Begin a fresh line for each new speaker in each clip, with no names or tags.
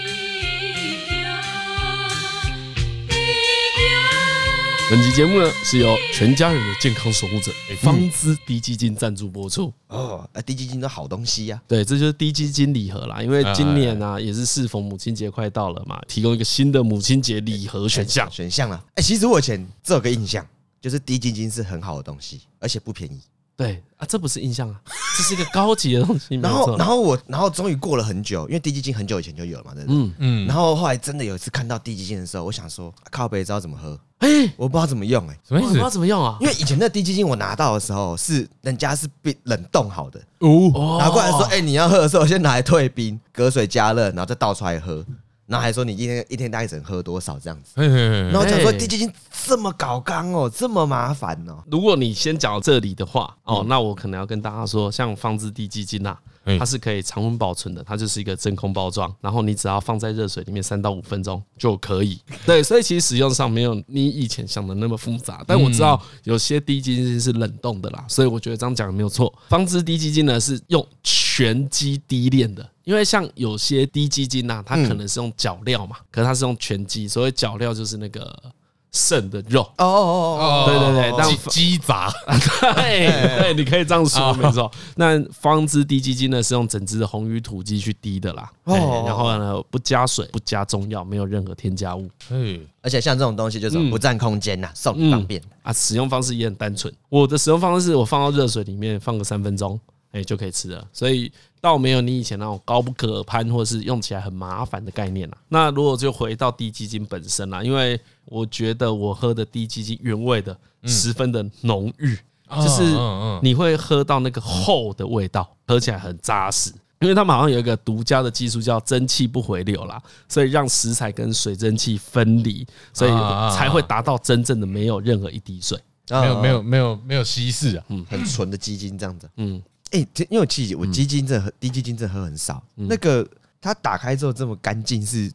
嗯
本期节目呢是由全家人的健康守护者方知低基金赞助播出。
哦，啊，低基金的好东西啊呀、
对，这就是低基金礼盒啦，因为今年啊也是适逢母亲节快到了嘛，提供一个新的母亲节礼盒选项。
选项啦。哎、其实我以前只有个印象，就是低基金是很好的东西，而且不便宜。
对啊，这不是印象啊，这是一个高级的东 西。嗯
然
没
后，
错
然后我，然后终于过了很久，因为低基金很久以前就有了嘛，对不对？
嗯
嗯，
然后后来真的有一次看到低基金的时候，我想说，啊靠北知道怎么喝，
哎，
我不知道怎么用哎、
什么
我不知
意
道
思？
怎么用啊，
因为以前那低基金我拿到的时候是人家是被冷冻好的，
哦，
哦
拿过来说，哎、你要喝的时候先拿来退冰，隔水加热，然后再倒出来喝，然后还说你一天一天大概只能喝多少这样子。
嘿嘿
然后
嘿，
我想说
哎
低基金这么搞刚哦，这么麻烦哦，
如果你先讲到这里的话，哦，那我可能要跟大家说，像放置地基金呐、啊
嗯
它是可以常温保存的，它就是一个真空包装，然后你只要放在热水里面三到五分钟就可以。对，所以其实使用上没有你以前想的那么复杂，但我知道有些低基金是冷冻的啦，所以我觉得这样讲没有错。放置低基金呢是用全鸡低炼的。因为像有些低基金呐、它可能是用脚料嘛，可是它是用全鸡，所谓脚料就是那个肾的肉，
哦哦哦
对对对但
鸡鸡杂， 哎
对对，你可以这样
哦
说，没错。那方知低基金呢，是用整只的红鱼土鸡去滴的啦。
哦
哎然后呢，不加水，不加中药，没有任何添加物
嘿，
而且像这种东西就是不占空间呐，送你
嗯
方便。
啊。使用方式也很单纯。我的使用方式是我放到热水里面放个三分钟，哎，就可以吃了。所以倒没有你以前那种高不可攀，或是用起来很麻烦的概念啦。那如果就回到低基金本身啦，因为我觉得我喝的低基金原味的十分的浓郁。就是
嗯嗯嗯
你会喝到那个厚的味道，喝起来很扎实。因为他们好像有一个独家的技术叫蒸汽不回流啦，所以让食材跟水蒸气分离，所以
啊啊啊
才会达到真正的没有任何一滴水。
没
嗯没有没有没有没有稀释啊，
哦很纯的基金这样子。
嗯，
哎，这因为我其实我基金真的很低基金真的喝很少，那个它打开之后这么干净是。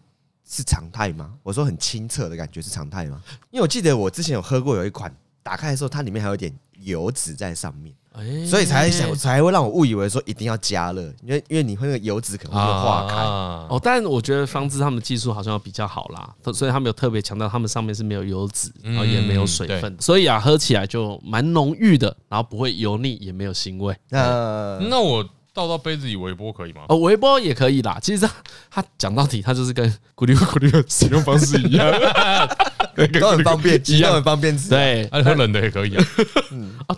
是常态吗？我说很清澈的感觉是常态吗？因为我记得我之前有喝过有一款，打开的时候它里面还有一点油脂在上面，
哎
所以才想才会让我误以为说一定要加热，因为因为你会那个油脂可能会化开。
啊
哦，但我觉得方知他们技术好像要比较好啦，所以他们有特别强调他们上面是没有油脂，
嗯
然后也没有水分，所以啊喝起来就蛮浓郁的，然后不会油腻，也没有腥味。
那
那我倒到杯子里微波可以吗？
哦，微波也可以啦。其实它它讲到底，它就是跟咕噜咕噜的使用方式一样。
都很方便，其实都很 方便吃。
对啊、
啊，喝冷的也可以啊，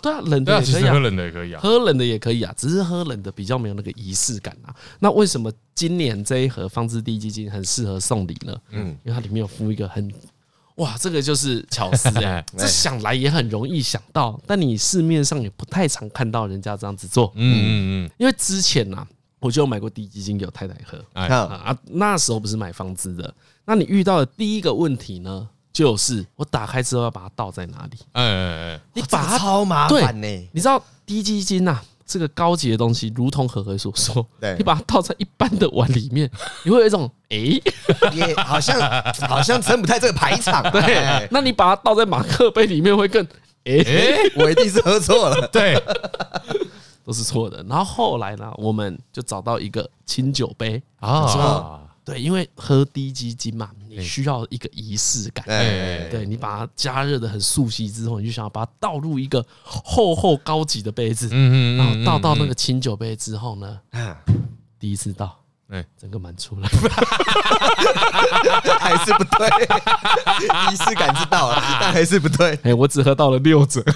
对啊，冷
对
的
啊，
也
其
可以、
实
啊
喝，冷的也可以啊。
喝冷的也可以啊，只是喝冷的比较没有那个仪式感啊。那为什么今年这一盒放置地基金很适合送礼呢？嗯，因为它里面有附一个很。哇，这个就是巧思哎、这想来也很容易想到，但你市面上也不太常看到人家这样子做。
嗯嗯嗯，
因为之前呐、啊，我就有买过低基金给我太太喝，
好，
啊，那时候不是买房子的，那你遇到的第一个问题呢，就是我打开之后要把它倒在哪里？
哎哎哎，
你
你
把
把
它，
超麻
对
烦呢。
你知道低基金呐、这个高级的东西，如同何何所说
对，
你把它倒在一般的碗里面， 你会有一种诶、
也好像 好像撑不太这个排场。啊哎
对，，那你把它倒在马克杯里面会更诶、
哎
我一定是喝错 了。
对，
都是错的。然后后来呢，我们就找到一个清酒杯，
啊，
对，因为喝低基金嘛，
嗯
你需要一个仪式感，
哎，
对你把它加热的很熟悉之后，你就想要把它倒入一个厚厚高级的杯子，
嗯嗯嗯
然后倒到那个清酒杯之后呢，第一次倒，
哎
整个满出来，
还是不对， 仪式感知道了，但还是不对。
哎，我只喝到了六折。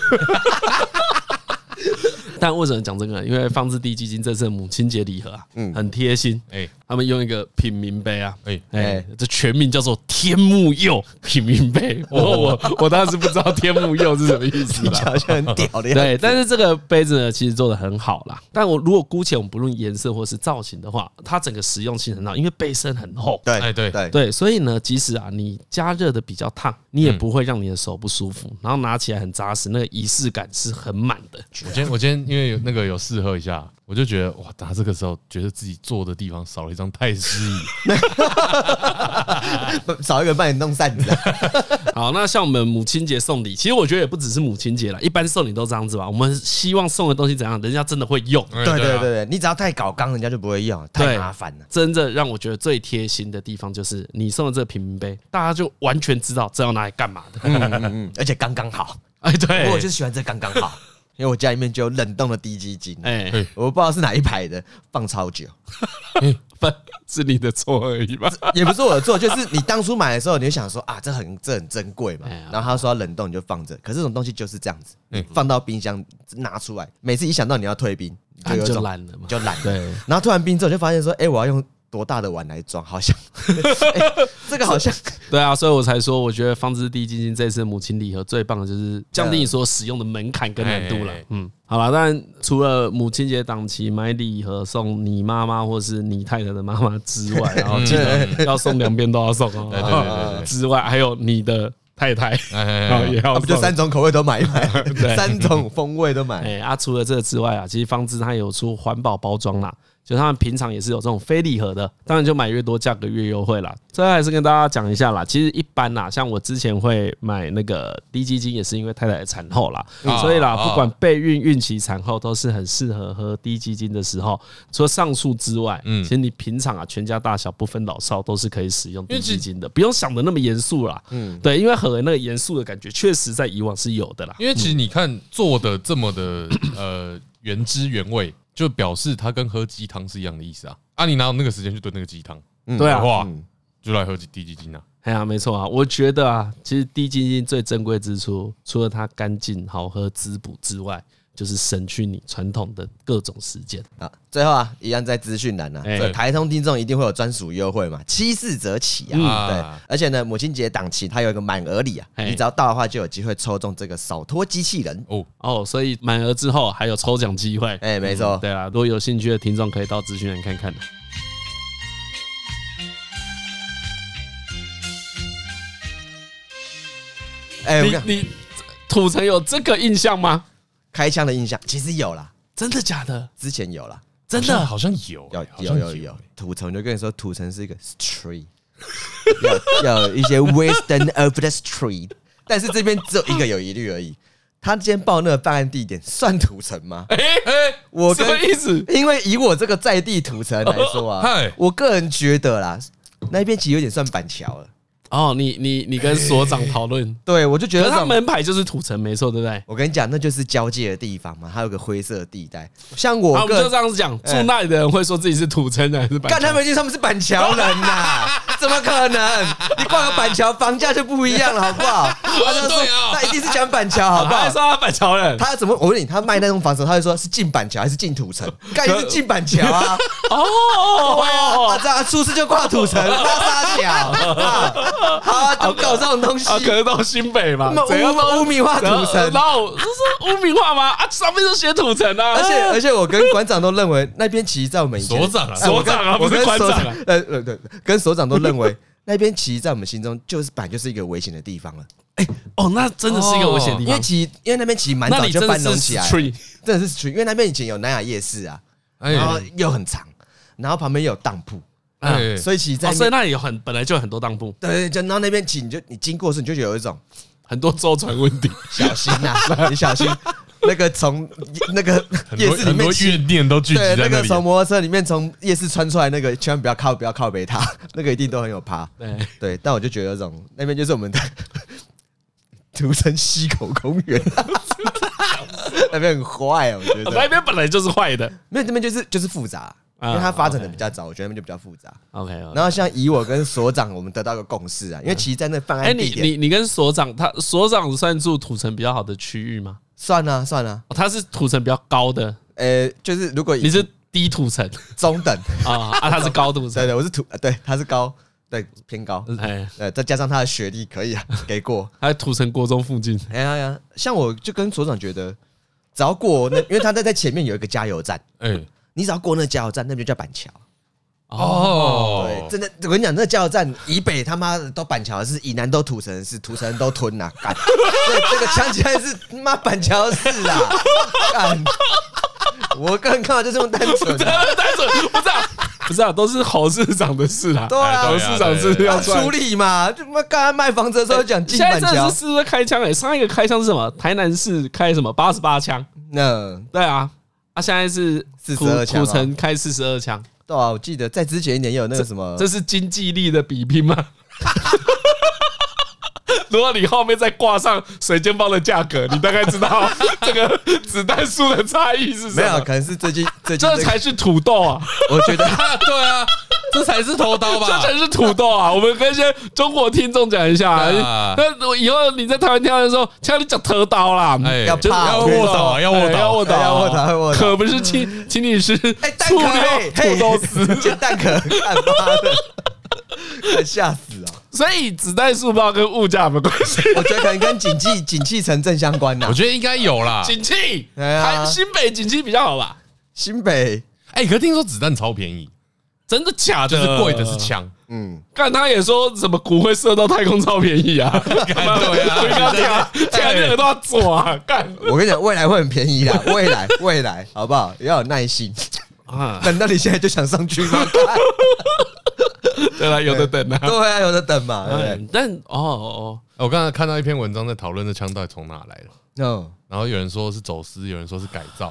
但为什么讲这个呢？因为放置地基金这次的母亲节礼盒啊，很贴心。
哎
他们用一个品名杯啊，
哎
哎，这全名叫做天目釉品名杯。我我我当时不知道天目釉是什么意思
你
啦。
好像很屌的样子。
对，但是这个杯子呢，其实做的很好啦。但我如果姑且我们不论颜色或是造型的话，它整个实用性很好，因为杯身很厚。
对，
哎对
对，
对，嗯所以呢，即使啊你加热的比较烫，你也不会让你的手不舒服，然后拿起来很扎实，那个仪式感是很满的。
我今天我今天因因为有那个有试喝一下，我就觉得哇，他这个时候觉得自己坐的地方少了一张太师 椅，
少一个人帮你弄扇子啊，
好，那像我们母亲节送礼，其实我觉得也不只是母亲节啦，一般送礼都这样子吧。我们希望送的东西怎样，人家真的会用。
对
对对对
啊，
对，你只要太搞刚，人家就不会用，太
对
麻烦了。
真的让我觉得最贴心的地方就是你送的这个平民杯，大家就完全知道这要拿来干嘛的。
嗯嗯， 而且刚刚好，
哎，对，
我就是喜欢这刚刚好，因为我家里面就有冷冻的低基金，
哎，
我不知道是哪一排的，放超久，
不是你的错而 已吧？
也不是我的错，就是你当初买的时候，你就想说啊，这很这很珍贵嘛
哎呀，
然后他说要冷冻你就放着，可是这种东西就是这样子
嗯，
放到冰箱拿出来，每次一想到你要退冰，你就有
就
种
懒了嘛
你。就懒了。
对，
然后突然冰之后就发现说，哎、我要用多大的碗来装？好像、 哎这个好像
对啊，所以我才说，我觉得方知第基金这次母亲礼盒最棒的就是降低你所使用的门槛跟难度
啊
了
哎哎哎。
嗯，好了，当然除了母亲节档期买礼盒送你妈妈或是你太太的妈妈之 外，然后记得要送两边都要送哦。
嗯哎对对对对
之外，还有你的太太，
哎哎
然后也
哎，
要
啊不就
送。
三种口味都买一 买，三种风味都买。
哎、啊，除了这个之外啊，其实方知它有出环保包装啦，就他们平常也是有这种非礼盒的，当然就买越多价格越优惠啦。这还是跟大家讲一下啦，其实一般啦，像我之前会买那个低基金，也是因为太太的产后啦，
嗯
所以啦，
哦
不管备孕、孕期、产后，都是很适合喝低基金的时候。除了上述之外，嗯，其实你平常啊，全家大小不分老少都是可以使用低基金的，不用想的那么严肃啦。嗯，对，因为很那个严肃的感觉，确实在以往是有的啦。
因为其实你看做的这么的呃原汁原味，就表示它跟喝鸡汤是一样的意思啊。啊，你哪有那个时间去炖那个鸡汤？
嗯
对啊，
哇，就来喝低鸡精啊！
哎呀，没错啊，我觉得啊，其实低基金最珍贵之处，除了它干净、好喝、滋补之外，就是省去你传统的各种时间。
啊，最后啊，一样在资讯栏啊，
哎
这台通听众一定会有专属优惠嘛，七四折起啊。
嗯
对
啊，
而且呢，母亲节档期它有一个满额礼啊，
哎
你只要到的话就有机会抽中这个扫拖机器人。
哦，
哦，所以满额之后还有抽奖机会。
哎，没错，
对啊，如果有兴趣的听众可以到资讯栏看看的。
哎，我跟你讲
啊你你土城有这个印象吗？
开枪的印象其实有啦，
真的假的？
之前有啦，
真
好像
的？
好像有
有
哎好
有
像
有有，土城就跟你说，土城是一个 street，要要有一些 western of the street，但是这边只有一个有疑虑而已。他今天报那个办案地点算土城吗？
哎哎，
我
什
跟
么意思？
因为以我这个在地土城来说
哦
啊
嗨，
我个人觉得啦，那边其实有点算板桥了。
哦，你你你跟所长讨论，
对，我就觉
可是
得
他
这种
门牌就是土城，没错，对不对？
我跟你讲，那就是交界的地方嘛，还有个灰色地带。像我
啊，我们
个哎
就这样子讲，住那里的人会说自己是土城人还是板
干
桥
他
人？
们就他们是板桥人呐、 怎么可能？你逛个板桥，房价就不一样了，好不 好？
哦
他就说
对啊
他一定是讲板桥，好不
啊他还
好
说？他板桥人，
他怎么？我问你，他卖那栋房子，他会说是进板桥还是进 土城？干就是进板桥啊！啊，
哦，
这样出事就挂土城，拉沙桥啊！好啊，怎么搞这种东西？
啊，可能到新北嘛
那么，
怎样都
污污名化土城
怎样然后这是污名化吗？啊，上面就写土城啊，
而且而且，我跟馆长都认为那边其实在我们以前
所长啊
哎我跟
所长啊
我跟
不是馆
所
长啊
呃呃对，跟所长都认为那边其实在我们心中就是本来就是一个危险的地方了。
哦，那真的是一个危险的地
因为
方，
其实因为那边其实蛮
那
早
里
就
真的
搬弄
是
起来了，
tree，
真的是 street，因为那边以前有南雅夜市啊，
哎
然后又很长，然后旁边也有当铺，
哎，
所以其实在
哦，
那
所以
边
那里有很本来就有很多当铺，
对对，对就然后那边其实你就你经过的时候你就有一种
很多周转问题，
小心呐，你小心那个从那个
很
夜
多
市里
很
面
多
骑。
怨念都聚集在
对，那
那
个从
里。啊
摩托车里面从夜市穿出来那个，千万不要靠，不要靠北他，那个一定都很有趴。
对，
对，但我就觉得这种 那边就是我们的土城溪口公园，那边很坏啊，我觉得
那边本来就是坏的
没有那边就是就是复杂，因
啊
为它发展的比较早，我觉得那边就比较复杂。
，OK，
然后像以我跟所长，我们得到一个共识啊，因为其实在那犯
哎，
案
你
地点
你你跟所长，他所长算住土城比较好的区域吗？
算了算了，
哦他是土城比较高的，
呃，就是如果以
你是低土城
中等，
啊啊，他是高土
对
城，
对，我是土，呃对，他是高，对偏高，
哎，
呃，再加上他的学历可以啊， 给过。
他在土城国中附近，
哎呀呀，像我就跟所长觉得，只要过那，因为他在在前面有一个加油站，
哎，
你只要过那个加油站，那边就叫板桥。对，啊
哦，
真的，我跟你讲，那加油站以北他妈的都板桥的事，以南都土城的事，土城人都吞 呐、干，这这个枪击案是他妈板桥的事啊，干，我个人看法就这么单纯啊，
但是不知道，不知道，都是侯市长的事啦。
对
哎
侯
啊
对，
市长是
要
要出来
处理嘛。就他妈刚才卖房子的时候讲
现
进
在
板
真的
桥
是，是不是开枪哎、上一个开枪是什么？台南市开什么八十八枪？
那
对啊，啊，现在是
42
苦
枪
苦
啊
城开四十二枪，
对啊，我记得在之前一年也有那个什么
这，是经济力的比拼吗？ 如果你后面再挂上水煎包的价格，你大概知道这个子弹数的差异是什么。
没有，可能是最近最近
这
这个
才是土豆啊！
我觉得
对啊，这才是头刀
这
吧？
才是土豆 啊！我们跟一些中国听众讲一下啊，
啊
那我以后你在台湾听到的时候，叫你讲特刀啦，
哎，
要
就是
怕
要卧倒啊，
哎
要卧
要
倒
卧倒，
要卧倒要卧倒
可不是请，请你吃
哎，蛋
醋
壳
溜
嘿
土豆丝，
嘿煎蛋壳，干妈的，快吓死啊！
所以子弹数报跟物价有没有关 系。
我觉得可能跟景气景气城镇相关呐
我。觉得应该有啦。
景气，
哎呀
还新北景气比较好吧？
新北，
哎，可是听说子弹超便宜，
真的假
就
的？
是贵的是。 枪。
嗯，
看他也说什么骨灰射到太空超便宜 啊！
干对啊
我刚跳跳那个都要做啊！干
我跟你讲，未来会很便宜的，未来未来，好不好？要有耐心。
哎
啊，
难道你现在就想上去吗？
对了，有的等啊。
对啊，有的等嘛，对不对？
嗯但哦哦，
我刚才看到一篇文章在讨论这枪到底从哪来的，
嗯，
然后有人说是走私，有人说是改造，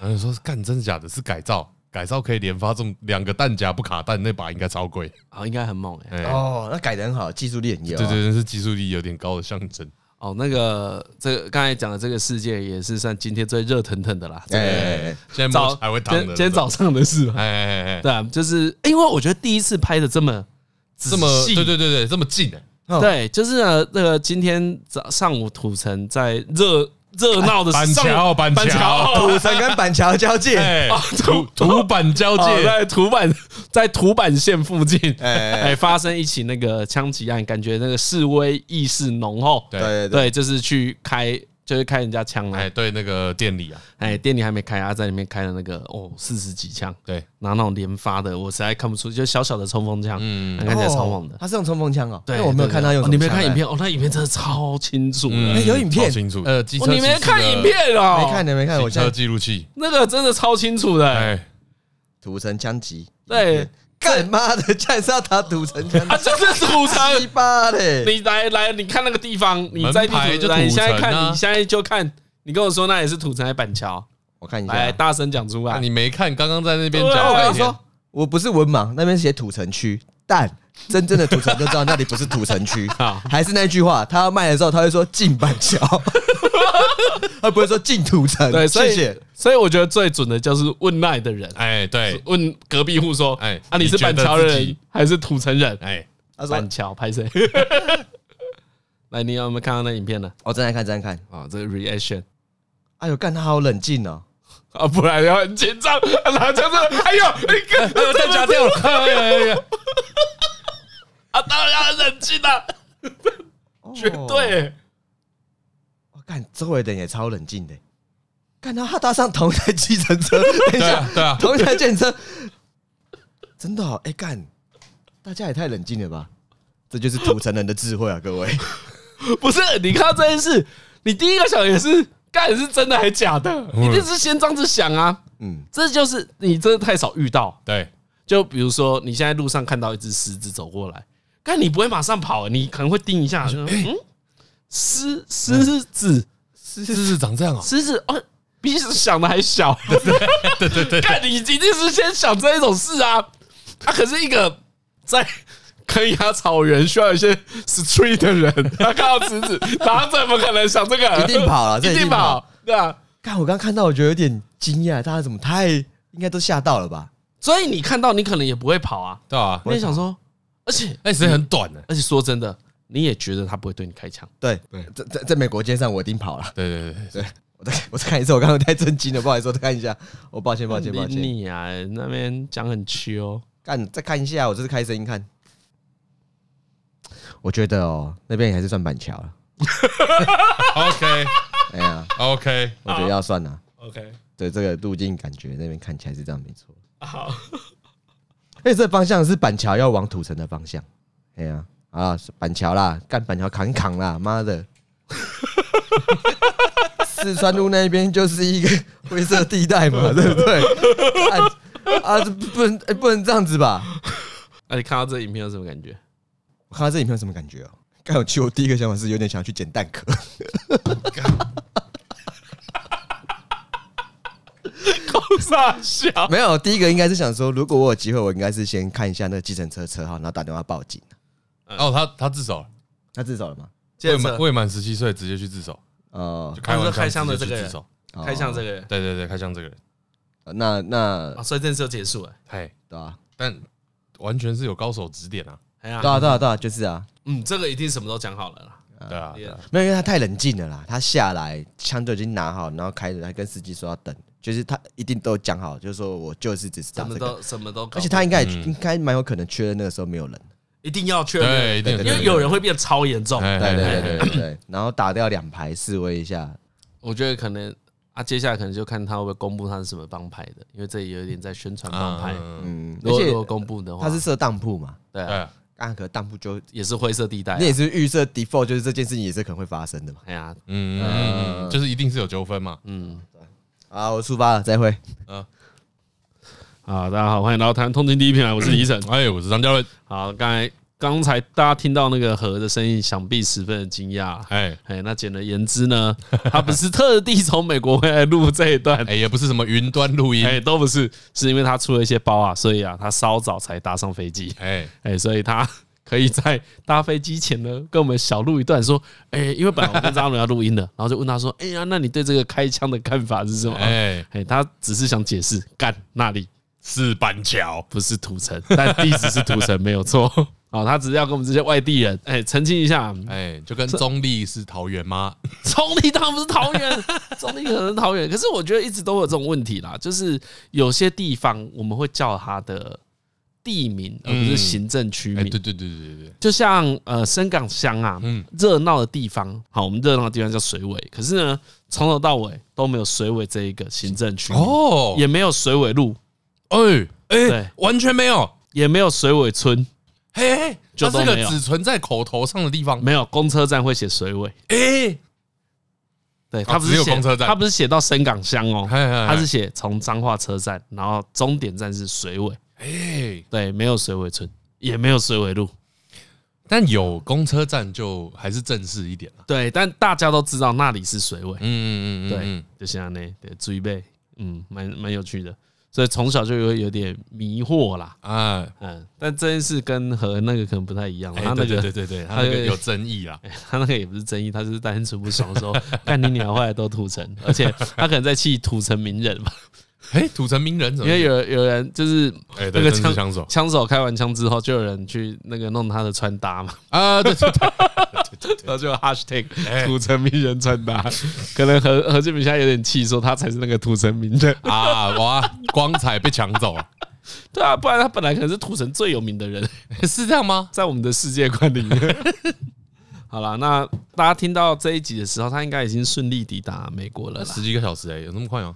然后有人说是干真的假的，是改造。改造可以连发中两个弹夹不卡弹，那把应该超贵。
啊，应该很猛
哎，
哎、
哦，那改的很好，技术力很牛啊。
对对对，是技术力有点高的象征。
哦，那个这个刚才讲的这个世界也是算今天最热腾腾的啦。这个
哎，哎，
现在
早
摸还会
今
烫的，
今天早上的事嘛
哎，，哎哎哎，
对啊，就是因为我觉得第一次拍的这么
这么
仔细
对对对对，这么近哎，
哎，
对，就是呢，那个今天早上午土城在热热闹的
板
上
桥哦板
板
桥
桥
土城跟板桥交界，
哎
哎
啊，
土土板交
哦，
界，
在土板在土板线附近，
哎，哎
哎，发生一起那个枪击案，感觉那个示威意识浓厚。
对
对对
对，就是去开，就是开人家枪
哎
来。
对，那个店里啊，
哎，店里还没开啊，在里面开了那个哦四十几枪，
对，
拿那种连发的，我实在看不出，就小小的冲锋枪，嗯，
嗯
看起来
哦
超猛的。
他是用冲锋枪哦，
对，
因为我没有
对
看
对
他用
哦
什么枪。
你没有看
哎
影？片哦，那影片真的超清楚的。
哎有影片
超清楚，
呃
呃，
机车哦你没骑士看的影片哦
啊哎没看的，没看，
行
我现
车
在
记录器，
那个真的超清楚的、
哎，
土城枪击，
对，
干妈的，竟然是要打土城枪
啊，
击，
这是土
鸡
城。
巴嘞！
你来来，你看那个地方，你在地
门牌
图
就
来，你现在
土城啊
看，你现在就看，你跟我说那也是土城还是板桥？
我看一
来，
下，
大声讲出
啊
来。
你没看，刚刚在那边
对啊
讲
我
半
刚
天
说，我不是文盲，那边写土城区，但真正的土城就知道那里不是土城区。
好
还是那句话，他要卖的时候他会说进板 桥，他不会说进土城。
对，所
谢
以
谢。
所以我觉得最准的就是问赖的人，
哎，对，
问隔壁户说，哎
哎，
啊，你
你
是
觉
板
得
桥
自
人
己
还是土城人？
哎，
他说
板桥拍谁？ 来，你有没有看到那影片呢？
我正在哦看，正在看。
啊，这个 reaction
哎呦，干他好冷静哦。
啊，不然要很紧张， 拿枪说，哎 呦，你看，
弹夹掉了，哎哎哎，
啊，当然要冷静啊，绝
哦。
对。
我哦干，周围的人也超冷静的。干他，他搭上同一台计 程车，等一
对
下
啊，对啊，
同一台计程车，真的哦。哎干，大家也太冷静了吧？这就是土城人的智慧啊，各位。
不是你看到这件事，你第一个想也是，干是真的还假的？
嗯
一定是先这样子想啊！
嗯，
这就是你真的太少遇到。
对，啊
就比如说，你现在路上看到一只狮子走过来，但你不会马上跑，你可能会盯一下，就
哎
嗯，狮狮子，
是是长这样哦，
狮子哦，比想的还小，对对 对，看你一定是先想这一种事啊，他可是一个在。坑崖草原需要一些 street 的 人，他看到狮子，他怎么可能想这个？
一定 跑了这
一
一
定
定
跑
跑，
对啊。
干，我刚看到，我觉得有点惊讶，大家怎么太应该都吓到了吧？
所以你看到，你可能也不会跑啊。
对啊，
你也想说，而且
哎那时间很短呢，
而且说真的，你也觉得他不会对你开枪。
对
对，
在在在美国街上我一定跑了。
对对对对，
我再我再看一次，我刚刚太震惊了，不好意思，我再看一下，我抱歉抱歉抱歉。
你啊，那边讲很缺哦。
干，再看一下，我这是开声音看。我觉得哦，那边也还是算板桥了。
OK
哎呀，
OK，
我觉得要算啦。
啊 OK，
对这个路径感觉，那边看起来是这样没错。
好，
而且这方向是板桥要往土城的方向。哎呀，啊，板桥啦，干板桥扛一扛啦，妈的， 四川路那边就是一个灰色地带 嘛，对不对？干啊，这不不能、哎不能这样子吧？
啊那、你看到这影片有什么感觉？
我看到这影片有什么感觉哦？刚有去，我第一个想法是有点想要去捡蛋壳，
空傻笑，
没有，第一个应该是想说，如果我有机会，我应该是先看一下那个计程车车号，然后打电话报警。
哦，他他自首了，
他自首了吗？
未
接
满
着
未满十七岁直接去自首，
哦
就，开玩
他说开箱的
直接去
这个人
自首，
哦
开箱这个人，
对对对，开枪这个人，
那那
啊，所以这件事就结束了。
嘿，
对啊，
但完全是有高手指点啊，
哎呀
对，啊，对啊，对啊，就是啊，
嗯，这个一定什么都讲好了啦。
对啊，对
也
啊
没有，因为他太冷静了啦，他下来枪就已经拿好，然后开着，他跟司机说要等，就是他一定都讲好，就是说我就是只是打
什么
啊这个，
都什么都搞，
而且他应该也
嗯
应该蛮有可能确认那个时候没有人，
一定要确认，
对，一定
因为有人会变超严重。
哎
对
哎
对
哎
对
哎
对对对，然后打掉两排示威一下，
我觉得可能啊，接下来可能就看他会不会公布他是什么帮派的，因为这也有一点在宣传帮派。
嗯
嗯，而
如果如
且
果公布的话，
他是设当铺嘛，
对啊，
对啊，
啊，可能当铺就
也是灰色地带啊
那。也是预设 default，就是这件事情也是可能会发生的嘛。
哎呀，
嗯嗯嗯，就是一定是有纠纷嘛，
呃嗯
啊，我出发了，再会。
啊，大家好，欢迎来到谈通勤第一品牌，我是李晨。
哎，我是张家伦，
好，刚才刚才大家听到那个河的声音，想必十分的惊讶。
哎
哎，那简而言之呢， 他不是特地从美国回来录这 一段，
哎，也不是什么云端录音，
哎，都不是，是因为他出了一些包啊，所以啊，他稍早才搭上飞机，
哎，
哎，所以他可以在搭飞机前呢，跟我们小录一段，说，哎，因为本来我跟张伦要录音的，然后就问他说，哎呀，那你对这个开枪的看法是什么？
哎，
哎，他只是想解释，干那里
是板桥，
不是土城， 但地址是土城，没有错。 哦，他只是要跟我们这些外地人，哎，澄清一下，
哎，就跟中立是桃园吗？
中立当然不是桃园， 中立可能是桃园，可是我觉得一直都会有这种问题啦，就是有些地方我们会叫它的地名，而不是行政区
嗯哎，
名。
对对对对对
就像呃深港乡啊，
嗯
热闹的地方，好，我们热闹的地方叫水尾，可是呢，从头到尾都没有水尾这一个行政区
对，，哦，
也没有水尾路，
哎
对
哎，完全没有，
也没有水尾村，
嘿，
就
它
都
这
没
个
有
只存在口头上的地方，
没有公车站会写水尾，
哎，
对，他不
哦
是
只有
写
公车站
他不是写到深港乡哦，
嗨嗨
他是写从彰化车站，然后终点站是水尾。
哎，
对，没有水尾村，也没有水尾路。
但有公车站就还是正式一点啊了，
对，但大家都知道那里是水尾。
嗯嗯嗯，
对，就像那对注意呗，嗯，蛮蛮有趣的。所以从小就有有点迷惑啦，
啊，
嗯，但这件事跟和那个可能不太一样，他
哎，
那
对对对
个
对对，他那
他那
个
个
有争议啊啦，
他那个也不是争议，他就是单纯不爽说，干你鸟坏都土城，而且他可能在气土城名人吧，
哎，土城名人怎
因
么？
为有有人就是
哎，
那
对
个
真是
枪
枪手
枪手开完枪之后，就有人去那个弄他的穿搭嘛，
啊，对对对对对对
然后就有 hashtag
哎
土城名人穿搭，可能何何建明现在有点气，说他才是那个土城名人。
对啊，哇，光彩被抢走了，
对啊，不然他本来可能是土城最有名的人，
是这样吗？
在我们的世界观里 面。好啦，那大家听到这一集的时候，他应该已经顺利抵达美国了
那
啦
十，几个小时哎，有那么快吗？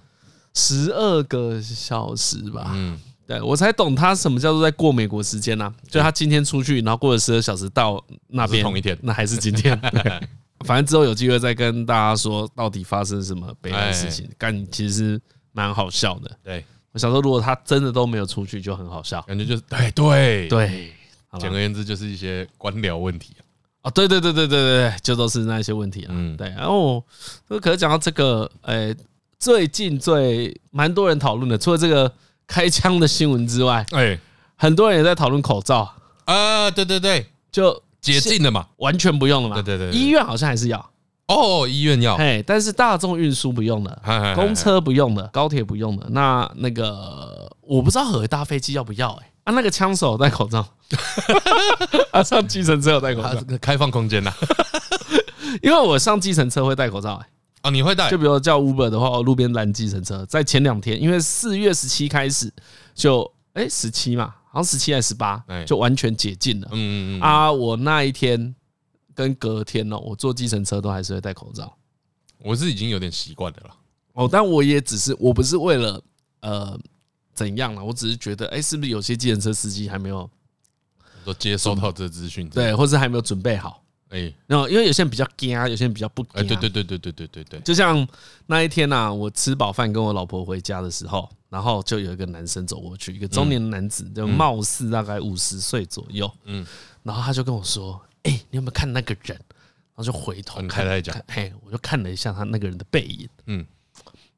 十二个小时吧。
嗯，
对我才懂他什么叫做在过美国时间呢？就他今天出去，然后过了十二小时到那边，
是同一天
那还是今 天。对反正之后有机会再跟大家说到底发生什么悲哀的事
哎
情，干其实蛮好笑的。
对，
我想说，如果他真的都没有出去，就很好笑。
感觉就是对对，
对，好
简
了
而言之就是一些官僚问题啊。
哦，对对对对对对对，就都是那些问题啊。
嗯
对，然后那可是讲到这个，诶，最近最蛮多人讨论的，除了这个开枪的新闻之外，
哎
很多人也在讨论口罩，
啊，对对对，
就
解禁了嘛？
完全不用了嘛。
对对对对
医院好像还是要，
哦，医院要，
哎，但是大众运输不用了。
嗨嗨
公车不用了，高铁不用了。那那个我不知道和搭飞机要不要哎、啊，那个枪手有戴口 罩，啊，上计程车有戴口
它
罩
是，个开放空间啊 呐。
因为我上计程车会戴口罩哎、
啊，你会带
就？比如叫 Uber 的话，我路边拦计程车，在前两天，因为四月十七开始就哎十七嘛，好像十七还是十八
哎，
就完全解禁了
嗯嗯嗯
啊。我那一天跟隔天哦，我坐计程车都还是会戴口罩
我是已经有点习惯了啦。
哦，但我也只是我不是为了呃怎样了，我只是觉得哎，是不是有些计程车司机还没有
都接收到这资讯，
对，或是还没有准备好。
哎
然后因为有些人比较惊，啊有些人比较不
哎，
惊。
对对对对对对对对，
就像那一天呐、啊，我吃饱饭跟我老婆回家的时候，然后就有一个男生走过去，一个中年男子，就貌似大概五十岁左右，
嗯
嗯，然后他就跟我说：“哎、你有没有看那个人？”然后就回头
很
看，
开讲
看，嘿，我就看了一下他那个人的背影，
嗯，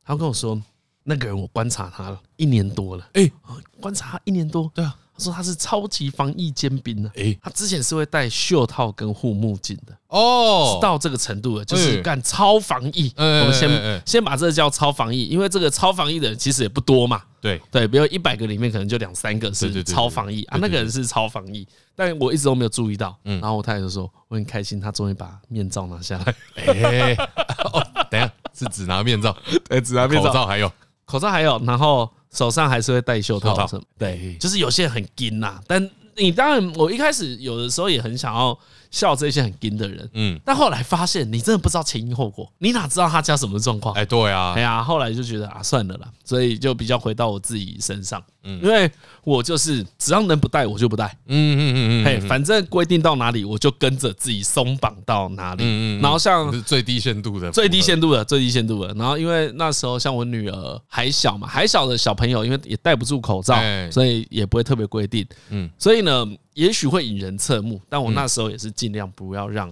他跟我说：“那个人我观察他了一年多了，
哎
观察他一年多，
对啊，
他说他是超级防疫尖兵呢、啊
哎
他之前是会戴袖套跟护目镜的。”
哦，
到这个程度了，就是
哎
干超防疫。
哎哎
我们
哎哎哎
先先把这个叫超防疫，因为这个超防疫的人其实也不多嘛。
对，
对，比如一百个里面可能就两三个
对对
是
对对
超防疫啊，那个人是超防疫，但我一直都没有注意到。
嗯
然后我太太就说：“我很开心，他终于把面罩拿下来，
哎， 哦，等一下是只拿面罩，
对，只拿
口罩还有，
口罩还有，然后手上还是会戴袖
袖套
套什么。
哎
对，就是有些人很金呐、但你当然，我一开始有的时候也很想要笑这些很金的人，
嗯，
但后来发现你真的不知道前因后果，你哪知道他家什么状况？
哎，对啊
哎，呀，后来就觉得啊，算了啦，所以就比较回到我自己身上，
嗯
因为我就是只要能不带我就不带，
嗯嗯嗯嗯，
嘿，反正规定到哪里我就跟着自己松绑到哪
嗯嗯
里
嗯，
然后像。
是最低限度的，
最低限度的，最低限度的。然后因为那时候像我女儿还小嘛，还小的小朋友，因为也戴不住口罩
哎，
所以也不会特别规定。
嗯
嗯，所以呢，也许会引人侧目，但我那时候也是尽量不要让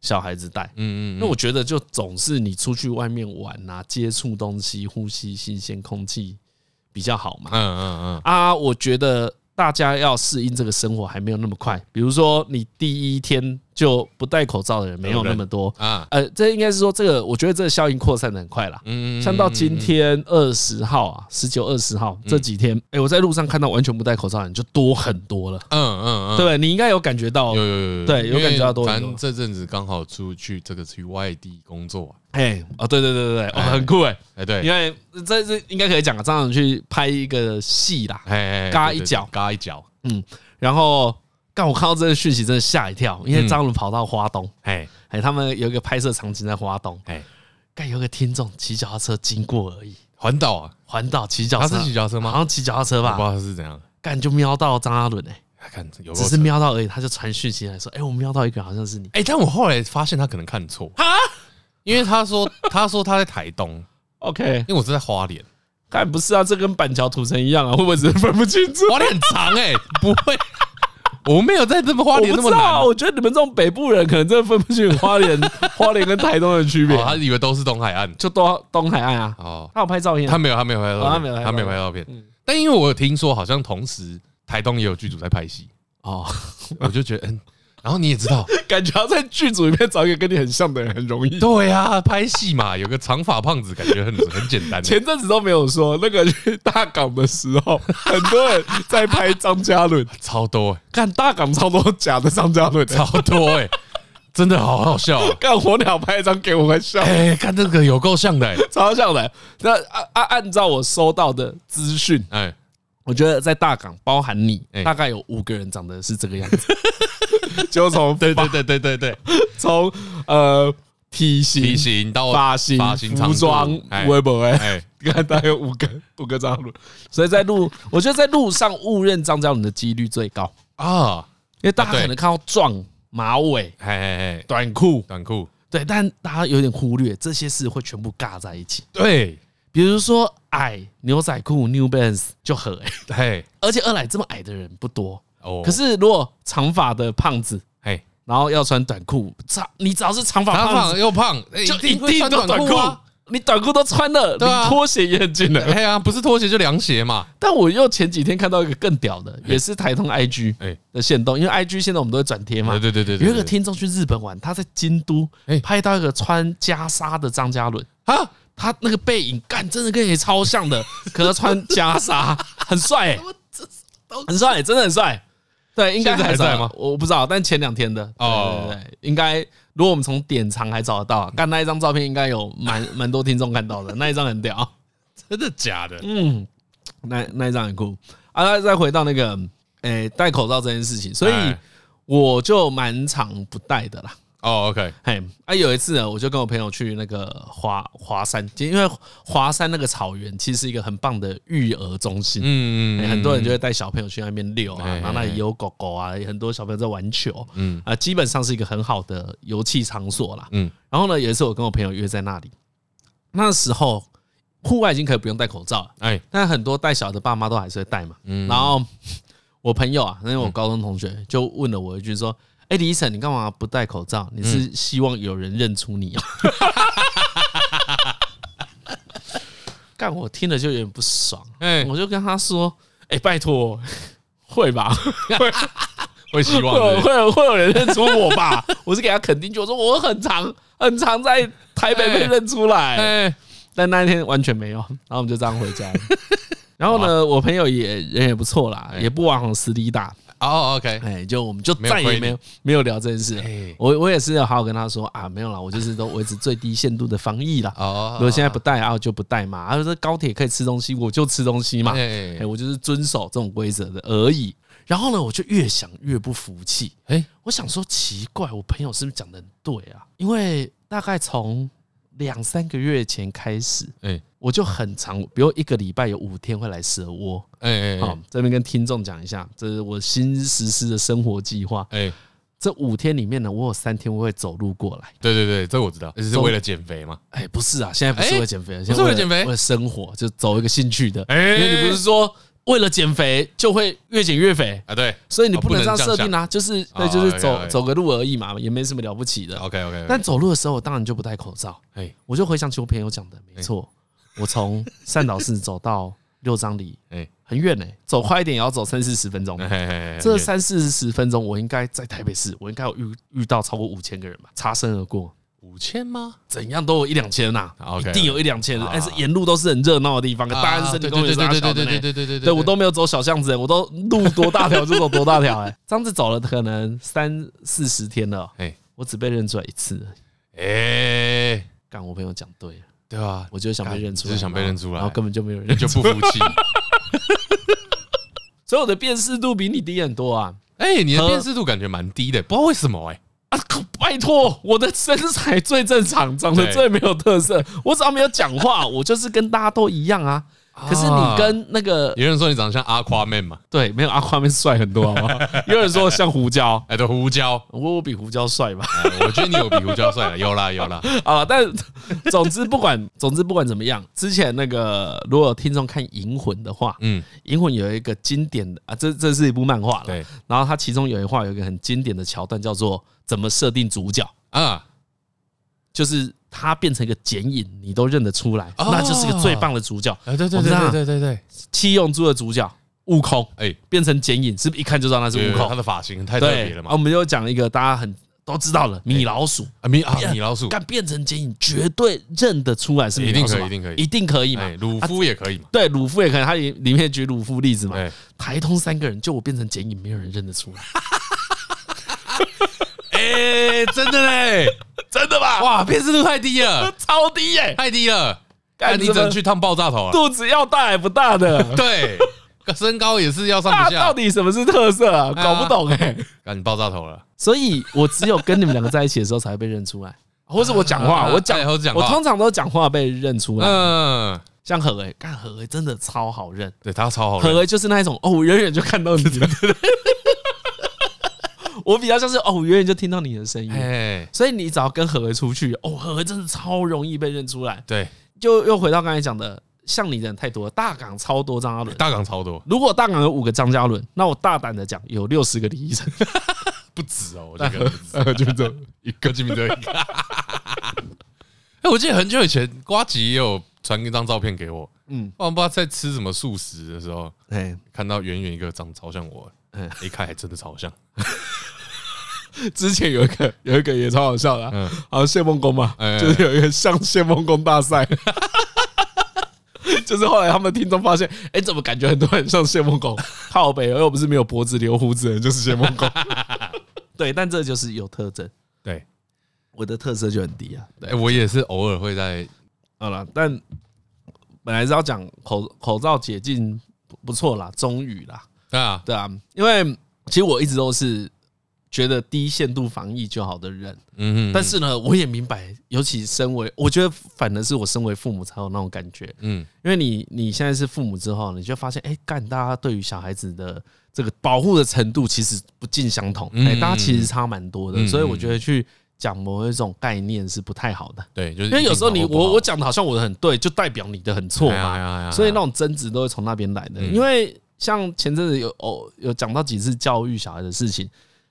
小孩子戴。
嗯，嗯嗯，
那我觉得就总是你出去外面玩啊，接触东西，呼吸新鲜空气比较好嘛。
嗯嗯嗯，
啊，我觉得大家要适应这个生活还没有那么快。比如说你第一天就不戴口罩的人没有那么多，
啊，
呃，这应该是说这个，我觉得这个效应扩散的很快啦。
嗯，
像到今天二十号啊，十九、二十
嗯
号这几天，哎，我在路上看到完全不戴口罩的人就多很多了，
嗯嗯嗯，
对不对？你应该有感觉到
有，有有有，
对有感觉到多
咱
很多
这阵子刚好出去这个去外地工作啊，
哎，哦，对对对对对，哦，
哎
很酷哎、
哎对，
因为这这应该可以讲啊，张总去拍一个戏啦，
哎哎
嘎
对
一
对
脚
嘎一脚，
然后刚我看到这个讯息，真的吓一跳，因为张伦跑到花东，
哎
哎，他们有一个拍摄场景在花东，
哎，
但有个听众骑脚踏车经过而已，
环岛啊，
环岛骑脚
他
踏
是
车，
骑脚踏车
哦好
吗？
像骑脚踏车
我不知
吧，
道他是怎样，
干就瞄到张阿伦哎，
他看有够
只是
扯
瞄到而已，他就传讯息来说，哎，我瞄到一个好像是你，
哎，但我后来发现他可能看错
啊
因为他说他说他在台东，
OK，
因为我是在花莲，
但不是啊，这跟板桥土城一样啊，会不会只是分不清楚？
花莲很长哎，不会，我没有在这么花
我
莲
不
那么
知道啊，
难。
我觉得你们这种北部人可能真的分不清花 莲、花莲跟台东的区别
哦，。他以为都是东海岸
就东东海岸啊，
哦，
他有拍照片啊，
他没有，他没有拍
哦
照
他没有
片，
拍
他没有
照
拍
片
照
嗯
片。但因为我有听说，好像同时台东也有剧组在拍戏，
哦，
我就觉得，嗯，然后你也知 道，
感觉要在剧组里面找一个跟你很像的人很容易。
对呀，拍戏嘛，有个长发胖子，感觉很很简 单。
前阵子都没有说那个去大港的时候， 很多人在拍张嘉伦，
超多欸，
看大港超多假的张嘉伦的，
超多哎、真的好好笑、啊！
看火鸟拍一张给我们笑，
哎、看这个有够像的、欸，
超像的。那按按按照我收到的资讯，
哎、
我觉得在大港包含你
哎，
大概有五个人长得是这个样子， 就从对
对对对对对，
从呃体型、
体型到
发型、
发型长
服
度
装
哎、
微博哎。
哎，
你看大概有五个五个张嘉伦，所以在路，我觉得在路上误认张嘉伦的几率最高，
啊，
因为大
啊
家
对
可能看到壮马尾、
哎哎哎，
短裤，
短裤，
对，但大家有点忽略这些事会全部尬在一起。
对，
比如说矮牛仔裤 New Balance 就合、欸，
嘿，
而且二来这么矮的人不多，
哦，
可是如果长发的胖子，
嘿，
然后要穿短裤，长你只要是长发
他
胖
胖
子，
又胖，哎
就一
会
定
穿
都短
裤啊。
裤，你短裤都穿了，
对啊
你拖鞋也很近了。
哎呀，不是拖鞋就凉鞋嘛，
但我又前几天看到一个更屌的，也是台通 IG
哎
的线动，因为 IG 现在我们都会转贴嘛
对。对对对对，
有一个听众去日本玩，他在京都
哎
拍到一个穿袈裟的张嘉伦，
啊，
他那个背影干真的跟你超像 的，可是穿袈裟很帅、欸，很帅、真的很帅。对，应该
现在还在
找
吗
我不知道，但前两天的
哦
哦，对对对应该如果我们从典藏还找得到，啊干那一张照片应该有蛮蛮多听众看到的，那一张很屌。
真的假的？
嗯，那那一张很酷啊！那再回到那个，诶、戴口罩这件事情，所以
哎
我就蛮常不戴的啦。
哦，OK，
嘿，啊，有一次呢，我就跟我朋友去那个华华山，因为华山那个草原其实是一个很棒的育儿中心，
嗯
欸
嗯，
很多人就会带小朋友去那边遛啊，
哎
然后那里也有狗狗啊，也很多小朋友在玩球，
嗯
嗯啊，基本上是一个很好的游憩场所啦。
嗯
然后呢，有一次我跟我朋友约在那里，那时候户外已经可以不用戴口罩了，
哎，
但很多带小的爸妈都还是会戴嘛。
嗯
然后我朋友啊，因为我高中同学，就问了我一句说：“哎，李医生，你干嘛不戴口罩？你是
嗯
希望有人认出你啊？” 干我听了就有点不爽，
哎，
我就跟他说：“哎、拜托，会吧？会
会希望是
会有
不
会
是
有会有人认出我吧？”我是给他肯定句，我说我很常很常在台北被认出来，
哎，
但那一天完全没有， 然后我们就这样回家 了。然后呢，我朋友也人也不错啦，
啊哎
也不往死里打，
哦，OK，
哎，就我们就
没有
再也
亏
没
你
有没有聊这件事了
哎。
我我也是有好好跟他说啊，没有啦，我就是都维持最低限度的防疫啦。
哦，
如果现在不戴啊，我就不戴嘛。他说高铁可以吃东西，我就吃东西嘛。
哎
哎、我就是遵守这种规则的而已。然后呢，我就越想越不服气。
哎，
我想说，奇怪，我朋友是不是讲的很对啊？因为大概从两三个月前开始，
哎
我就很常，比如一个礼拜有五天会来蛇窝。
哎
好、
哎
这边跟听众讲一下，这是我新实施的生活计划。
哎，
这五天里面呢，我有三天我会走路过来。
对对对，这我知道，这是为了减肥嘛？
哎，不是啊，现在不是
哎
为了减肥，
是
现在
为了减肥
为了生活，就走一个兴趣的。
哎
因为你不是说为了减肥就会越减越肥，
啊，对
所以你
哦
不能这样
不能这
设
样
定啊，就是
哦
对，就是
哎哎
走
哎
走个路而已嘛，也没什么了不起的。
，OK OK，
但走路的时候，我当然就不戴口罩。
哎
我就回想起我朋友讲的，没错，我从善导寺走到六张里
哎
很远呢，走快一点也要走三四十分钟。
哎哎，
这三四十分钟，我应该在台北市，我应该有遇遇到超过五千个人吧，擦身而过，
五千吗？
怎样都有一两千呐、
OK
一定有一两千人，
啊
但是沿路都是很热闹的地方，大安森林公园是大小的呢
对对对对
对我都没有走小巷子，我都路多大条就走多大条，哎， 这样子走了可能三四十天了，
哎
我只被认出来一次而已，
哎，
干我朋友讲对了，
对啊吧？
我就想被认出
干你就
来，
是想被认出来
然后根本就没有人认 出
就
来，
不服气。
所以我的辨识度比你低很多啊。
哎，你的辨识度感觉蛮低的，不知道为什么哎。
啊！靠拜托，我的身材最正常，长得
对
最没有特色。我只要没有讲话，我就是跟大家都一样啊。可是你跟那个、
有人说你长得像阿夸妹嘛？
对没有阿宽面帅很多，好不好？ 有人说我像胡椒，
哎，对，胡椒，
我我比胡椒帅吧？
哎我觉得你有比胡椒帅 了，有啦有啦。
啊，但 总之不管，总之不管怎么样，之前那个如果有听众看《银魂》的话，
嗯，
《银魂》有一个经典的啊，这这是一部漫画了。
对
然后它其中有一话有一个很经典的桥段，叫做怎么设定主角。
啊，
就是他变成一个剪影，你都认得出来，
哦
那就是个最棒的主角。
哎，对对
我知
对
道
对对对对，
七用珠的主角悟空
哎，
变成剪影，是不是一看就知道那是
对
悟
他
空？
的发型太特
对
别了，
啊，我
嘛。
们就讲一个大家很都知道了，米老鼠。
啊，米啊，米老鼠，
干变成剪影，绝对认得出来是米老鼠嘛，
一定可以
一
一
定可以嘛啊
哎，？鲁夫也可以嘛。
对，鲁夫也可以，他里里面举鲁夫例子嘛。
哎
台通三个人，就我变成剪影，没有人认得出来，
哎，真的 嘞，
真的吧？
哇，辨识度太低了，
超低耶、
太低了。
干
哎，你
怎
只
么
能去烫爆炸头 了。
肚子要大也不大 的，
对，身高也是要上
那
不
到
下。
底什么是特色啊？搞不懂哎、
赶紧爆炸头了。
所以我只有跟你们两个在一起的时候才会被认出来，或是我讲话，
啊
我讲
哎或者讲
我
话
通常都讲话被认出来。
嗯，
像何为，干何为真的超好认，
对他超好
何
认。
为就是那一种哦，我远远就看到你了。 我比较像是哦，我远远就听到你的声音，
哎，
所以你只要跟何为出去，哦，何为真的超容易被认出来。
对，
就又回到刚才讲的，像你的人太多，大港超多张嘉伦。
大港超多，
如果大港有五个张嘉伦，那我大胆的讲，有六十个李医生。
不止哦，我这个何俊哲一个，金明哲一个。哎，我记得很久以前，瓜吉也有传一张照片给我，
嗯，
我不知道在吃什么素食的时候，
哎，
看到远远一个长超像我
嗯，
一看还真的超像。
之前有一个 有一个也超好笑的、啊，
嗯
好像谢梦工嘛，
哎
就是有一个像谢梦工大赛， 就是后来他们听众发现，哎、怎么感觉很多人像谢 梦工？靠北，又不是没有脖子留胡子的人就是谢梦工。对，但这就是有特征，
对，
我的特色就很低啊。
哎，我也是偶尔会在
好了，但本来是要讲口口罩解禁不不错啦，终于啦，
啊，
对啊，因为其实我一直都是觉得低限度防疫就好的人，
嗯
但是呢，我也明白，尤其身为，我觉得反而是我身为父母才有那种感觉，
嗯，
因为你你现在是父母之后，你就发现，哎、干，大家对于小孩子的这个保护的程度其实不尽相同，哎、
嗯
大家其实差蛮多的，
嗯
所以我觉得去讲某一种概念是不太好的，
对，就是
因为有时候你
一定好或不好
我我讲的好像我的很对，就代表你的很错
哎呀哎
嘛，
呀哎呀
所以那种争执都会从那边来的。
嗯
因为像前阵子有哦有讲到几次教育小孩的事情，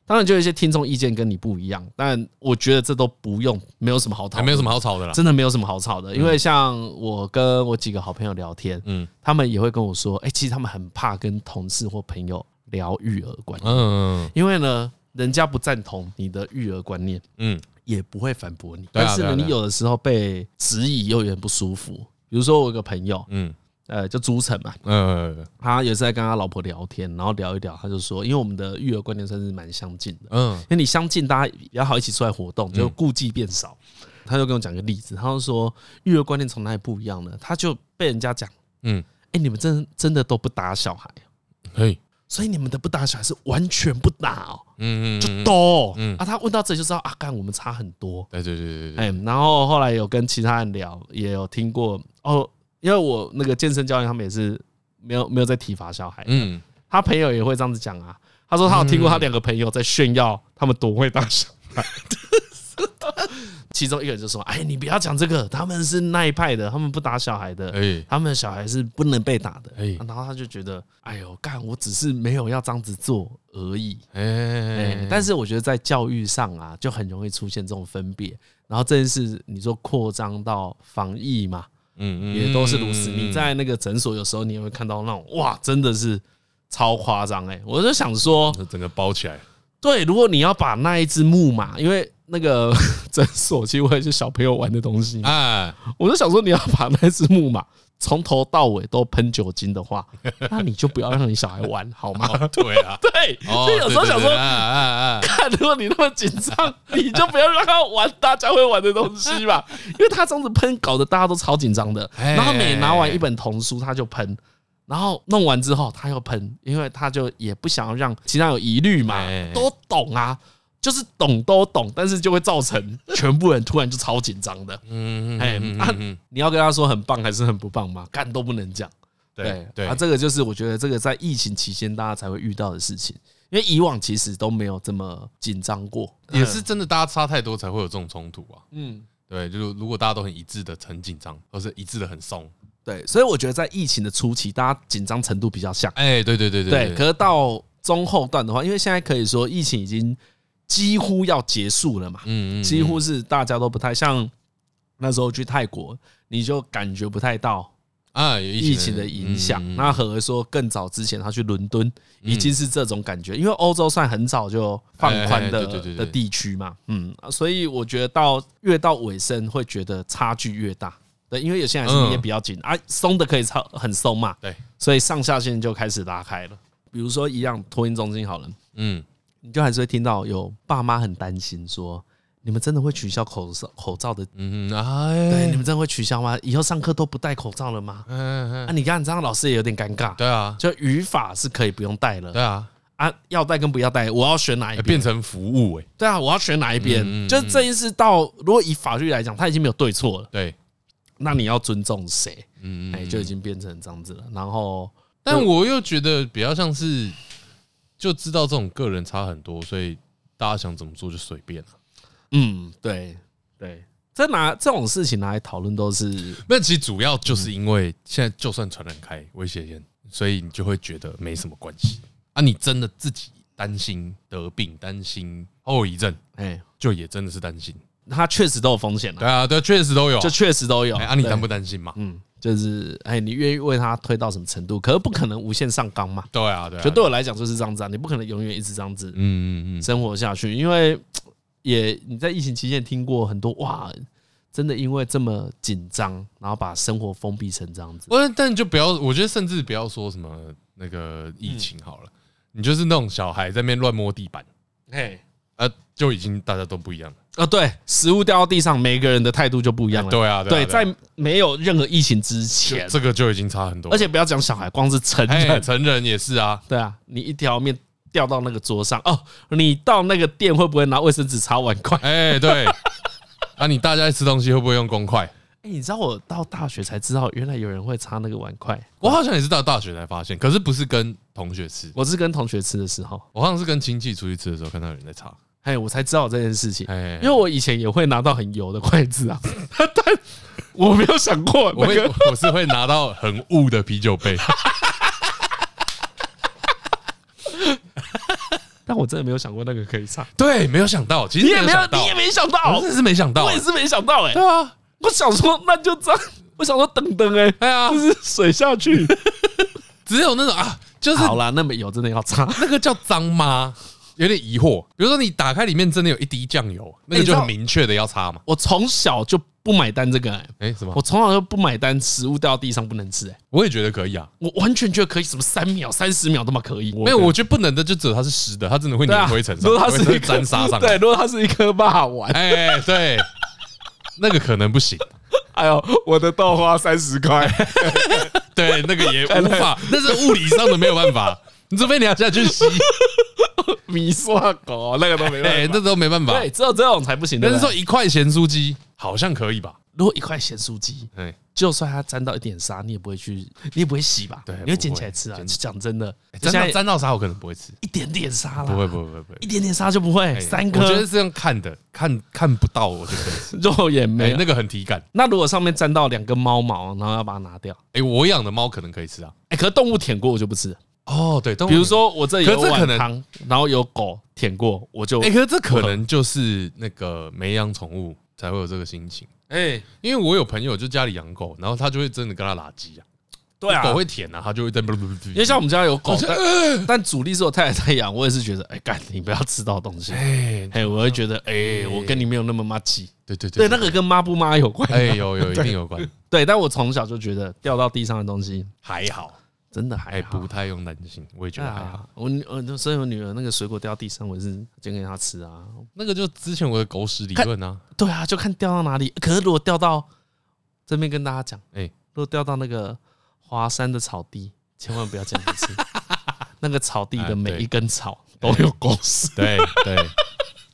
当然就有一些听众意见跟你不一样，但我觉得这都不用，没有什么好讨
还
论，
没有什么好吵的啦。
真的没有什么好吵的。因为像我跟我几个好朋友聊天，
嗯
他们也会跟我说，哎，其实他们很怕跟同事或朋友聊育儿观，
嗯
因为呢，人家不赞同你的育儿观念。
嗯
也不会反驳你，
对啊
但是
对
呢，
啊对啊
你有的时候被质疑又有点不舒服。比如说，我有个朋友，
嗯
呃，叫朱晨嘛，
嗯
他有一次在跟他老婆聊天，然后聊一聊，他就说，因为我们的育儿观念算是蛮相近的，
嗯
因为你相近，大家比较好一起出来活动，就顾忌变少。他就跟我讲个例子，他就说育儿观念从哪里不一样呢？他就被人家讲，
嗯，
哎、你们真真的都不打小孩，哦
嘿，
所以你们的不打小孩是完全不打哦，
嗯嗯
就
嗯，
都、哦
嗯
啊。他问到这里就知道啊，干我们差很多，
对对对对
哎、
对，
然后后来有跟其他人聊，也有听过哦，因为我那个健身教练他们也是没有没有在体罚小孩，
嗯，
他朋友也会这样子讲啊。他说他有听过他两个朋友在炫耀他们多会打小孩， 其中一个人就说：“哎，你不要讲这个，他们是那一派的，他们不打小孩的。”
哎
他们的小孩是不能被打的，
哎
然后他就觉得，哎呦，干，我只是没有要这样子做而已，哎
哎，，
但是我觉得在教育上啊，就很容易出现这种分别。然后这件事，你说扩张到防疫嘛，
嗯
也都是如此。你在那个诊所，有时候你也会看到那种哇，真的是超夸张
嗯
哎！我就想说，
整个包起来，
对，如果你要把那一只木马，因为那个 诊所其实会是小朋友玩的东西，
哎，
我就想说，你要把那一只木马从头到尾都喷酒精的话，那你就不要让你小孩玩好吗？
对啊，
对，
哦，
所以有时候想说
啊。啊啊，
看， 如果你那么紧张，你就不要让他玩大家会玩的东 西吧，因为他这样子喷，搞得大家都超紧张的。
哎
然后每拿完一本童书，他就喷，然后弄完之后他又喷，因为他就也不想要让其他有疑虑嘛
哎，
都懂啊，就是懂都懂，但是就会 造成全部人突然就超紧张的。
嗯
哎，啊，你要跟他说很棒还是很不棒吗？干都不能讲。
对
啊，这个就是我觉得这个在疫情期间大家才会遇到的事情，因为以往其实都没有这么紧张过。
也是真的，大家差太多才会有这种冲突啊。
嗯，
对，就是如果大家都很一致的很紧张，或是一致的很松，
对，所以我觉得在疫情的初期，大家紧张程度比较像。
哎，对对对
对，可
对，
是到中后段的话，因为现在可以说疫情已经几乎要结束了嘛，
嗯
几乎是大家都不太像那时候去泰国，你就感觉不太到
啊，有
疫情的影
嗯
响。那何而说更早之前他去伦敦已经是这种感觉，因为欧洲算很早就放
嗯哎
宽
哎哎
的
对对对对
的地区嘛，嗯，啊所以我觉得到越到尾声会觉得差距越大。对，因为有些人还是捏比较紧
嗯
啊，松的可以超很松嘛，
对，
所以上下线就开始拉开了。比如说一样托运中心好了，
嗯，
你就还是会听到有爸妈很担心说，你们真的会取消口罩口罩的？
嗯，
对，
哎，
你们真的会取消吗？以后上课都不戴口罩了吗？
嗯
啊，，你看这样老师也有点尴尬。
对啊，
就语法是可以不用带了
对啊，
啊，要带跟不要带，我要选哪一边
变？成服务哎，
对啊，我要选哪一边？
嗯嗯
就是这件事到，如果以法律来讲，它已经没有对错了，
对，
那你要尊重谁？
嗯
哎，就已经变成这样子了。然后，
但我又觉得比较像是，就知道这种个人差很多，所以大家想怎么做就随便了、啊
嗯，对对，这拿这种事情拿来讨论都是
那其实主要就是因为现在就算传染开威胁源，所以你就会觉得没什么关系啊。你真的自己担心得病，担心后遗症，
哎，
就也真的是担心。
它确实都有风险
对
了，
啊，对，确实都有。
嗯就确实都有。
哎，啊，你
对
担不担心嘛？
嗯，就是哎，你愿意为它推到什么程度？可是不可能无限上纲嘛。
对啊，对啊，
就对我来讲就是这样子啊，你不可能永远一直这样子
嗯嗯嗯，
生活下去，因为也你在疫情期间听过很多哇，真的因为这么紧张，然后把生活封闭成这样子。
我但就不要，我觉得甚至不要说什么那个疫情好了，你就是那种小孩在那边乱摸地板，
哎，
呃，就已经大家都不一样了。
啊，对，食物掉到地上，每个人的态度就不一样了。
对啊，
哎对，
啊啊
在没有任何疫情之
就
前，
这个就已经差很多，
而且不要讲小孩，光是成
哎，
人，
成人也是啊，
对啊，你一条面掉到那个桌上哦。你到那个店会不会拿卫生纸擦碗筷？
哎，对， 啊，你大家吃东西会不会用公筷？
哎、你知道我到大学才知道，原来有人会擦那个碗筷。
我好像也是到大学才发现，可是不是跟同学吃，
我是跟同学吃的时候，
我好像是跟亲戚出去吃的时候看到有人在擦。
哎，我才知道这件事情。
哎
因为，我以前也会拿到很油的筷子啊， 但我没有想过
我
那
会
个
我 是会拿到很雾的啤酒杯，
但我真的没有想过那个可以唱，
对，没有想到，其实
你也没有
想，到
你也没想
我
到
真，的是没想到
我，也是没想到哎、
对啊，
我想说那就这样，我想说等等哎、
哎呀
就，是水下 去。
只有那种啊，就是
好啦，那么油真的要擦，
那个叫脏吗？有点疑惑。比如说你打开里面真的有一滴酱油，
哎
那个就很明确的要擦嘛。
我从小就不买单这个、欸，
哎，什么
我？从小就不买单，食物掉到地上不能吃哎、
我也觉得可以啊。
我完全觉得可以，什么三秒、三十秒都嘛可以。
没有，我觉得不能的就只有它是湿的，它真的会
对啊
粘灰尘，上，
如果它
会
是一
会
颗
沾沙上。
对，，如啊果它是一颗霸丸，
哎，对，那个可能不行。
哎呦，我的豆花三十块，
对，那个也无 法，那是物理上的没有办法。你除非你要下去吸，
米刷狗那个 都没
哎，
办法。
那都没办法
对，。只有这种才不行。
但是
对不对
说一块咸酥鸡好像可以吧？
如果一块咸酥鸡，
哎，
就算它沾到一点沙，你也不会去，你也不会洗吧？
对
你会
不
捡
会
起来吃啊。
真的
讲真的，
沾
现
到
在
沾到沙我可能不会吃，
一点点沙啦，
不会不会不会不会。
一点点沙就不会，
哎
三
我觉得
颗
是用看的，看看不到我就可以吃。
肉也没
哎，
有。
那个很体感。
那如果上面沾到两根猫毛，然后要把它拿掉，
哎，我养的猫可能可以吃啊。
哎，可是动物舔过我就不吃。
哦，对，但我
比如，说我这里
可
有
这可
碗
能
汤，然后有狗舔过，我就
哎，可是这可能就是那个没养宠物才会有这个心情。
哎，
因为我有朋友就家里养狗，然后他就会真的跟他拉鸡啊，
对啊，
狗会舔啊，他就会 在，
因为像我呃们家有狗
我，觉得
但但主力是我太太在养，我也是觉得，哎， 干你不要吃到东西，
哎，
哎，我会觉得，哎，我跟你没有那么妈鸡，
对对
对，那个跟妈不妈有 关，
哎有有一定有关，
对，但我从小就觉得掉到地上的东西
还好，
真的还
哎
好
不。太用担心，我也觉
对
得还好。
啊，我女呃，所以我女儿那个水果掉到地上，我也是就给她吃啊。
那个就之前我的狗屎理论啊，
对啊，就看掉到哪里。可是如果掉到这边跟大家讲，哎、
哎
如果掉到那个华山的草地，千万不要捡来 吃。那个草地
哎
的每
对
一根草都有狗屎，
对对，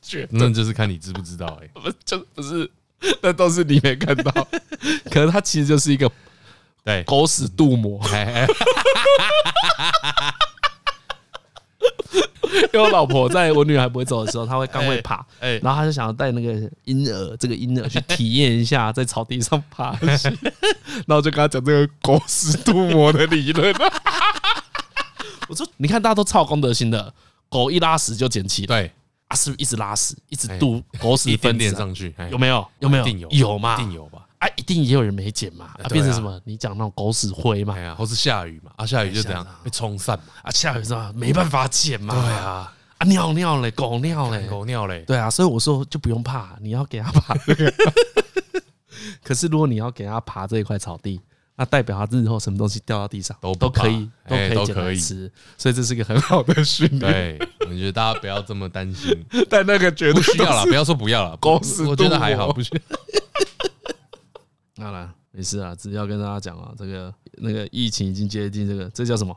绝对
那就是看你知不知道哎。
不就不是， 那都是你没看到。 可是它其实就是一个
对，
狗屎镀膜。
哎哎
因为我老婆在我女儿还不会走的时候，她会刚会爬，
哎
然后她就想要带那个婴儿，这个婴儿去体验一下在草地上爬的 事，然后就跟她讲这个狗屎镀膜的理论。
啊
我说，你看大家都超有公德心的，狗一拉屎就捡起 来，
对，
啊，是不是一直拉屎，哎一直镀狗屎
一
分
点点
子啊、
上去，哎
有没有？有没有？
一定有，
嘛？
一定有吧。
啊，一定也有人没捡嘛，
对
啊，
啊
变成什么？你讲那种狗屎灰嘛
哎？呀，或是下雨嘛，啊，下雨就怎样被冲散嘛。
啊，下雨是吧？没办法捡嘛？
对，啊，
啊，尿尿嘞，狗尿嘞，
哎狗尿嘞，
对啊，所以我说就不用怕，你要给他爬这个。 可是如果你要给他爬这一块草地，那代表他日后什么东西掉到地上
都不
都可
怕
以，都
哎
可以
都
捡
可
来
以
吃。所以这是一个很好的训练，
对，我觉得大家不要这么担心，
但那个绝
不
对
需要啦，
都
不
是。
要说不要了，
狗屎
我觉
肚
得还好，
膜
不需要。
好啦，没事啊，只是要跟大家讲啊，这个那个疫情已经接近这个，这叫什么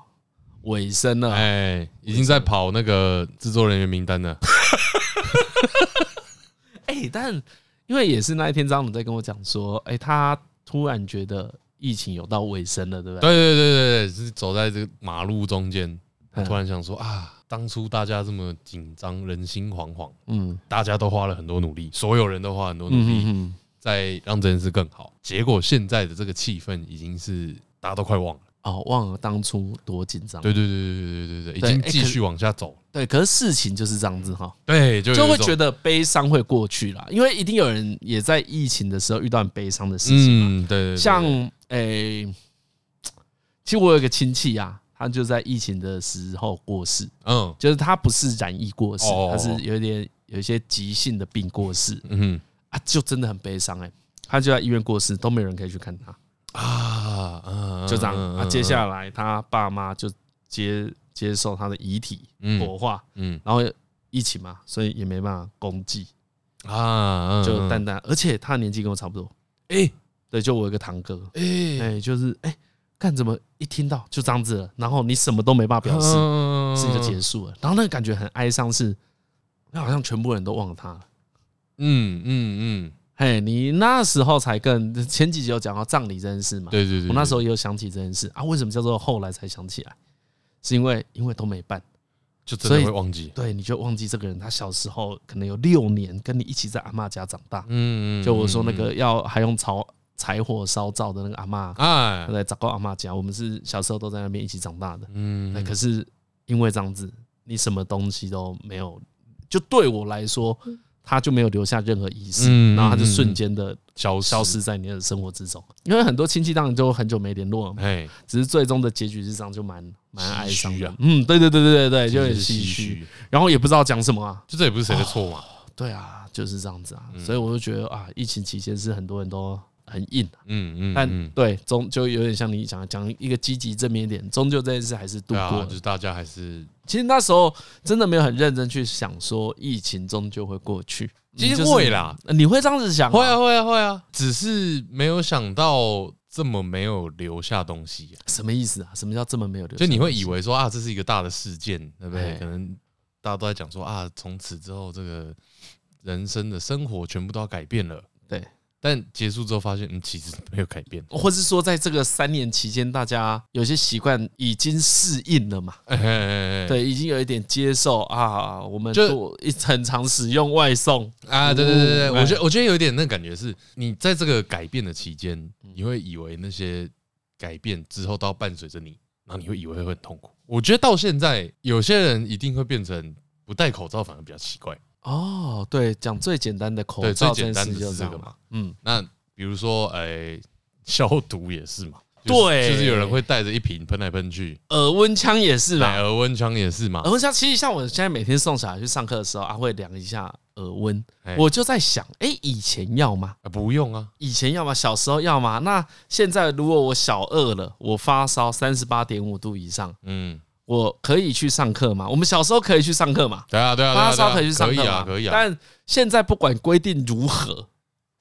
尾声了啊。
哎，已经在跑那个制作人员名单了。
哎、但因为也是那一天，张总在跟我讲说，哎、他突然觉得疫情有到尾声了，对不对？
对对对对对，是走在这个马路中间，
嗯
突然想说啊，当初大家这么紧张，人心惶惶，
嗯，
大家都花了很多努力，所有人都花很多努
嗯
力，
嗯嗯，
在让这件事更好。结果现在的这个气氛已经是大家都快忘了。
哦，忘了当初多紧张。
对对对对对对对哎
对
对，已经
欸
继
可
续往下走了。
对，可是事情就是这样子哈，
对，就
就会
得
觉得悲伤会过去啦，因为一定有人也在疫情的时候遇到很悲伤的事情嘛，
嗯，对对对，
像诶、其实我有一个亲戚啊，他就在疫情的时候过世，
嗯
就是他不是染疫过世，
哦
他是有一点有一些急性的病过世，
嗯
啊，就真的很悲伤哎、他就在医院过世，都没有人可以去看他，
啊，嗯
就这样。
嗯
啊，接下来他爸妈就接接受他的遗体
嗯
火化，
嗯
然后疫情嘛，所以也没办法公祭，
啊，嗯
就
嗯
淡淡。而且他年纪跟我差不多，
哎
对，就我有一个堂哥，
哎
哎，就是哎，看怎么一听到就这样子了，然后你什么都没办法表示，
嗯
事情就结
束。
束了。然后那个感觉很哀伤，是那好像全部人都忘了他了。
嗯嗯嗯，
嘿，你那时候才更前几集有讲到葬礼这件事嘛？
对对对，
我那时
候
候也有想起这件事啊。为什么叫做后来才想起来？是因为因为都没办，
就真的
所
会
以
忘记。
对，你就忘记这个人。他小时候可能有六年跟你一起在阿嬷家长大。
嗯，嗯
就我说那
嗯
个要还用柴柴火烧灶的那个阿嬷，
嗯哎，
在找过阿嬷家，我们是小时候都在那边一起长大的。那
嗯，
可是因为这样子，你什么东西都没有，就对我来说，他就没有留下任何意思，
嗯
然后他就瞬间的
消
消失，在你的生活之中。因为很多亲戚当然就很久没联络了嘛，
哎，
只是最终的结局是这样，就蛮蛮哀伤
唏嘘
的
啊。
嗯，对对对对对对，就
有
很
点
唏嘘，，然后也不知道讲什么啊。
就这也不是谁的错嘛。
对啊，就是这样子
嗯
啊，所以我就觉得啊，疫情期间是很多人都很硬。啊
嗯嗯，
但
嗯
对，终就有点像你讲的讲一个积极正面一点，终究这件事还是
对
度过
啊，
了
就。是大家还是，
其实那时候真的没有很认真去想说疫情终究会过去，
其
你就
实
是
会啦，
呃你会这样子想、
会啊，，会啊，会啊，只是没有想到这么没有留下东西啊、
什么意思啊？什么叫这么没有流？
就你会以为说啊，这是一个大的事件，对不
哎
对？可能大家都在讲说啊，从此之后这个人生的生活全部都要改变了，
对。
但结束之后发现，嗯，其实 没有改变。
或是说在这个三年期间，大家有些习惯已经适应了嘛？
哎哎哎哎
对，已经有一点接受啊。我们
就
就一很常使用外送，
啊，对对对对，
哦
我觉得我觉得有点那感觉是，你在这个改变的期间，你会以为那些改变之后都要伴随着你，然后你会以为会很痛苦。我觉得到现在，有些人一定会变成不戴口罩反而比较奇怪。
哦，对，讲最简单的口
对最
罩这
简
件
单的
事就是这
这
样
个
嘛。嗯，
那比如说，哎，消毒也是嘛，就是
对
就是有人会带着一瓶喷来喷去，
耳温枪也是啊嗯嘛
买，额温枪也是嘛
耳，温枪其实像我现在每天送小孩去上课的时候啊，会量一下耳温
哎，
我就在想，哎，以前要吗？
啊不用啊，
以前要吗？小时候要吗？那现在如果我小二了，我发烧三十八点五度以上，
嗯，
我可以去上课吗？我们小时候可以去上课嘛？
对啊对啊，对啊
发烧
对啊
可以去上
可
课
以
嘛
啊，可以啊，
但现在不管规定如何，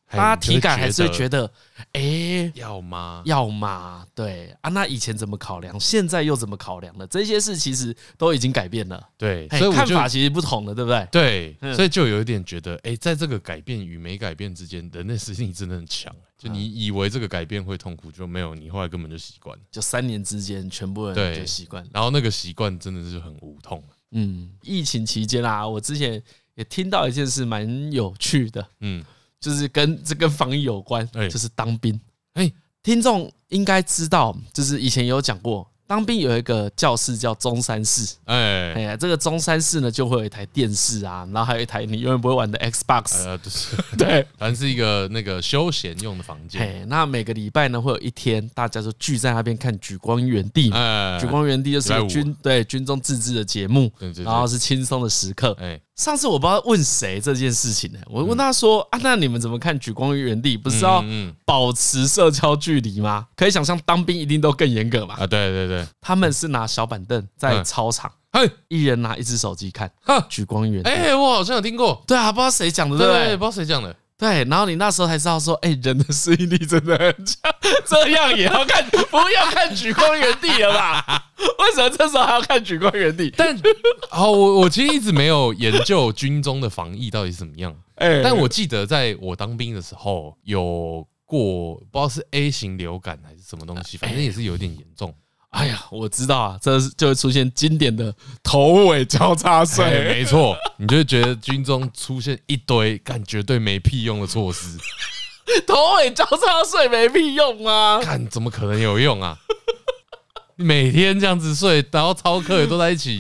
嘿
大家体感还是会
哎你就
觉得，哎，
要吗？
要吗？对啊，那以前怎么考量，现在又怎么考量了？这些事其实都已经改变了，
对，
嘿
所以我
看
就
法其实不同了，对不对？
对
嗯，
所以就有一点觉得，哎、在这个改变与没改变之间，人的适应力真的很强。就
嗯
你以为这个改变会痛苦，就没有，你后来根本就习惯了。
就三年之间，全部人
对
就习惯了。
然后那个习惯真的是很无痛。
嗯，疫情期间啊，我之前也听到一件事蛮有趣的，
嗯，
就是跟这跟防疫有关，
哎
就是当兵。
哎
听众应该知道，就是以前有讲过，当兵有一个教室叫中山室。
哎、
哎呀，这个中山室呢，就会有一台电视啊，然后还有一台你永远不会玩的 Xbox。
呃， 就是，
对，
反正是一个那个休闲用的房间。
嘿，那每个礼拜呢，会有一天大家就聚在那边看《举光原地》嘛。
哎，
举光原地》就是一
礼
个
拜五
军对军中自制的节目，
对对对
然后是轻松的时刻。
哎，
上次我不知道问谁这件事情呢、我问他说、啊，那你们怎么看举光原地？不是哦要
嗯嗯
保持社交距离吗？可以想象当兵一定都更严格嘛。
啊，对对对，
他们是拿小板凳在
嗯
操场，
嘿，
一人拿一只手机看
哈
举光原地。
哎、我好像有听过，
对啊，不知道谁讲的，
对
对不对
不知道谁讲的，
对，然后你那时候才知道说，哎、人的适应力真的很强，这样也要看，不要看举光原地了吧？ 为什么这时候还要看举光原地？
但 哦，我我其实一直没有研究军中的防疫到底是怎么样。
哎、
但我记得在我当兵的时候有过，不知道是 A 型流感还是什么东西，反正也是有点严重。
哎呀，我知道啊，这是就会出现经典的头尾交叉
对，
睡。
哎没错，你就会觉得军中出现一堆干绝对没屁用的措施，
头尾交叉睡没屁用啊！
看怎么可能有用啊？每天这样子睡，然后操课也都在一起，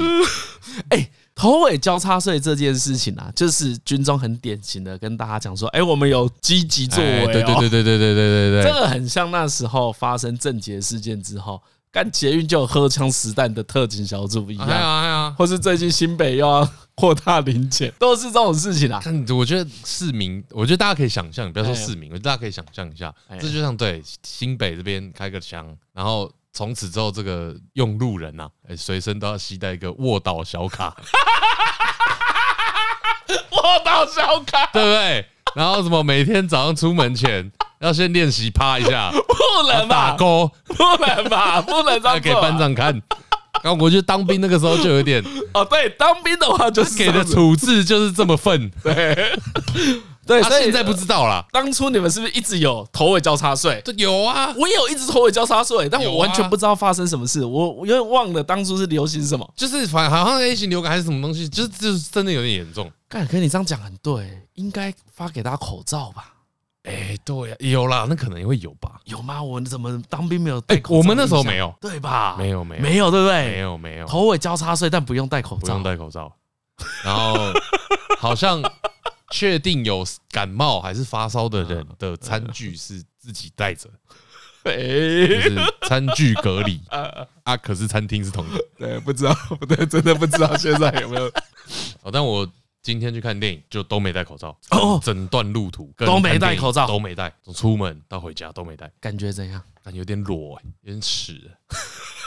头尾交叉睡这件事情啊，就是军中很典型的跟大家讲说，哎、我们有积极作为、
哎
哦
对对对对对对对对
这
对，
个很像那时候发生政捷事件之后，干捷运就有荷枪实弹的特警小组一样，
哎呀哎呀，
或是最近新北又要扩大临检，都是这种事情啊。
看我觉得市民，我觉得大家可以想象，不要说
哎呀
市民，我觉得大家可以想象一下
哎，呀
这就像对新北这边开个枪，然后从此之后，这个用路人呐、啊，哎随身都要携带一个卧倒小卡，
我到小卡，
对不对？然后什么每天早上出门前。 要先练习趴一 下，
不
然后
能
打
吧？
勾，
不能吧？不能这
再
样
给
做啊
班长看。然后我去当兵那个时候就有点，
哦。对，当兵的话就是
给的
出
处置就是这么 愤。
对，
他
所以
现在不知道啦，
当初你们是不是一直有头尾交叉税？
这有啊，
我也有一直头尾交叉税，但
有啊
我完全不知道发生什么事，我我有点忘了当初是流行什么。
就是反好像 A 型流感还是什么东西，就是就是真的有点严重。
干，可是你这样讲很对，应该发给大家口罩吧？
哎，对呀，有啦，那可能也会有吧。
有吗？我怎么当兵没有戴
哎，
口罩？
我们那时候没，有，
对吧？
没有没有
没有，对不对？
没有没有，
头尾交叉税，但不用戴口
不
罩
用。戴口 罩。然后好像确定有感冒还是发烧的人的餐具是自己带着，就
哎，
是餐具隔 离啊。可是餐厅是同一个。
对，不知道，不对，真的不知道现在有没有
哦，但我今天去看电影就都没戴口罩
哦
整段路途跟
都没
看电
戴
影
口罩
都没戴，从出门到回家都没戴。
感觉怎样？
感觉有点裸、欸，有点屎，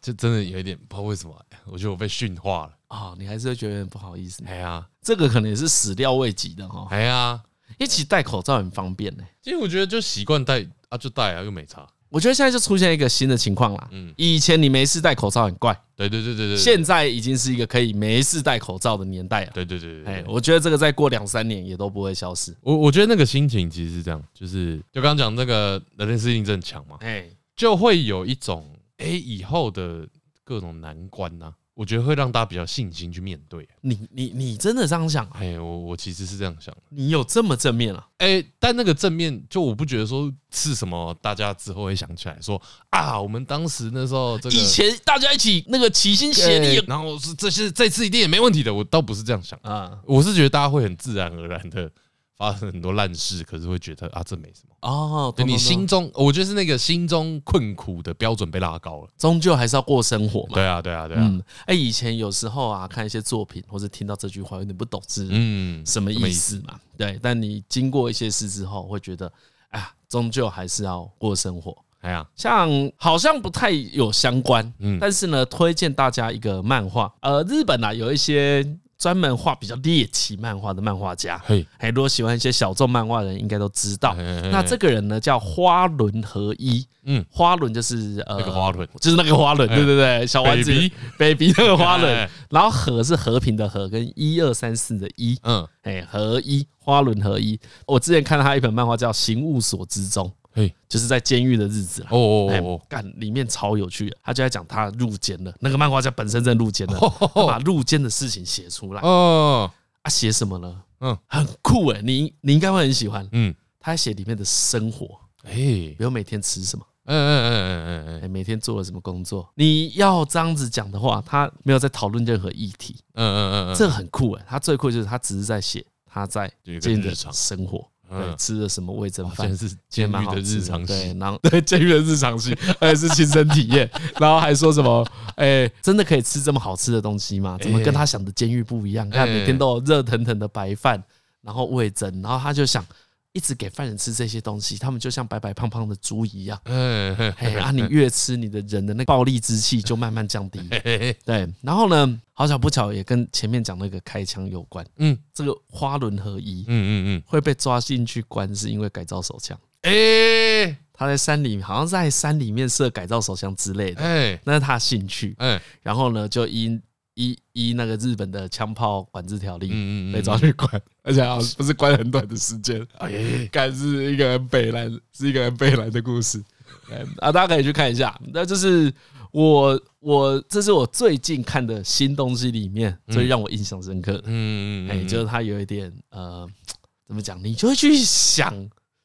这真的有一点不知道为什么欸、我觉得我被驯化了。
哦，你还是会觉得有点不好意思。
哎呀，
这个可能也是始料未及的哈，
哎呀，
因为其实戴口罩很方便呢、
其实我觉得就习惯戴啊，就戴啊，又没差。
我觉得现在就出现一个新的情况啦，
嗯
以前你没事戴口罩很怪，
对对对对对，
现在已经是一个可以没事戴口罩的年代了。
对对对对
哎
对，，我
我觉得这个再过两三年也都不会消失。
我我觉得那个心情其实是这样，就是就刚刚讲那个人类适应症强嘛，
哎，
就会有一种哎、以后的各种难关呐、我觉得会让大家比较信心去面对。
你你你真的这样想？啊
哎，我我其实是这样想的。
你有这么正面啊？
哎、但那个正面，就我不觉得说是什么，大家之后会想起来说啊，我们当时那时候这个
以前大家一起那个齐心协力
对然后是这些这次一定也没问题的，我倒不是这样想，
啊，
我是觉得大家会很自然而然的发生很多烂事，可是会觉得啊，这没什么。
哦，
对
懂
你
懂
心
懂
中，我觉得是那个心中困苦的标准被拉高了。
终究还是要过生活嘛。
对啊，对啊，对啊，
嗯，哎，以前有时候啊，看一些作品或者听到这句话，有点不懂是
嗯，
什么意思嘛？对，但你经过一些事之后，会觉得，啊，终究还是要过生活。
哎呀，
像好像不太有相关，
嗯
但是呢，推荐大家一个漫画，呃，日本啊有一些专门画比较猎奇漫画的漫画家，
嘿，
哎，如果喜欢一些小众漫画的人，应该都知道。
嘿嘿
那这个人呢叫花轮和一，
嗯
嗯，花轮就是呃
那个花轮
就是那个花轮，
哎
对对对，小丸子
Baby
baby 那个花
哎
轮，然后和是和平的和，跟一二三四的一，
嗯，
哎，合一花轮合一。我之前看到他一本漫画叫《刑务所之中》，
嘿，
就是在监狱的日子啦。
哦哦
哎
哦，
干里面超有趣的，他就在讲他入监了。那个漫画家本身在入监了，他把入监的事情写出来
哦，哦，
啊，写什么呢？
嗯
嗯，很酷哎、你你应该会很喜欢。
嗯，
他还写里面的生活，
哎，嗯
比如每天吃什么，
嗯嗯嗯嗯
哎，每天做了什么工作。你要这样子讲的话，他没有在讨论任何议题，
嗯嗯嗯，
这很酷哎、他最酷的就是他只是在写他在
就一个
监狱
日
的
常
生活，对，
嗯
吃了什么味噌
真
饭
的。是监狱的日常
对
戏，，
然后 对监狱的日常戏，而且是亲身体验，然后还说什么，哎，真的可以吃这么好吃的东西吗？
哎
怎么跟他想的监狱不一样？看每天都有热腾腾的白饭，然后味噌，然后他就想一直给犯人吃这些东西，他们就像白白胖胖的猪一样。
嗯，嘿
哎， 啊，你越吃，你的人的那个暴力之气就慢慢降低。
嘿嘿
对，然后呢，好巧不巧也跟前面讲那个开枪有关，
嗯
这个花轮合一
嗯嗯嗯，
会被抓进去关，是因为改造手枪。
哎
他在山里，好像在山里面设改造手枪之类的，
哎
那是他的兴趣。
哎，
然后呢，就依依依那个日本的枪炮管制条例
嗯嗯嗯，
被抓去关，啊而且好像不是关很短的时间，
哎，
但是一个人北来，是一个人北来的故事。哎啊，大家可以去看一下。那就是我我这是我最近看的新东西里面最让我印象深刻的。
嗯嗯，
哎、就是它有一点呃，怎么讲？你就会去想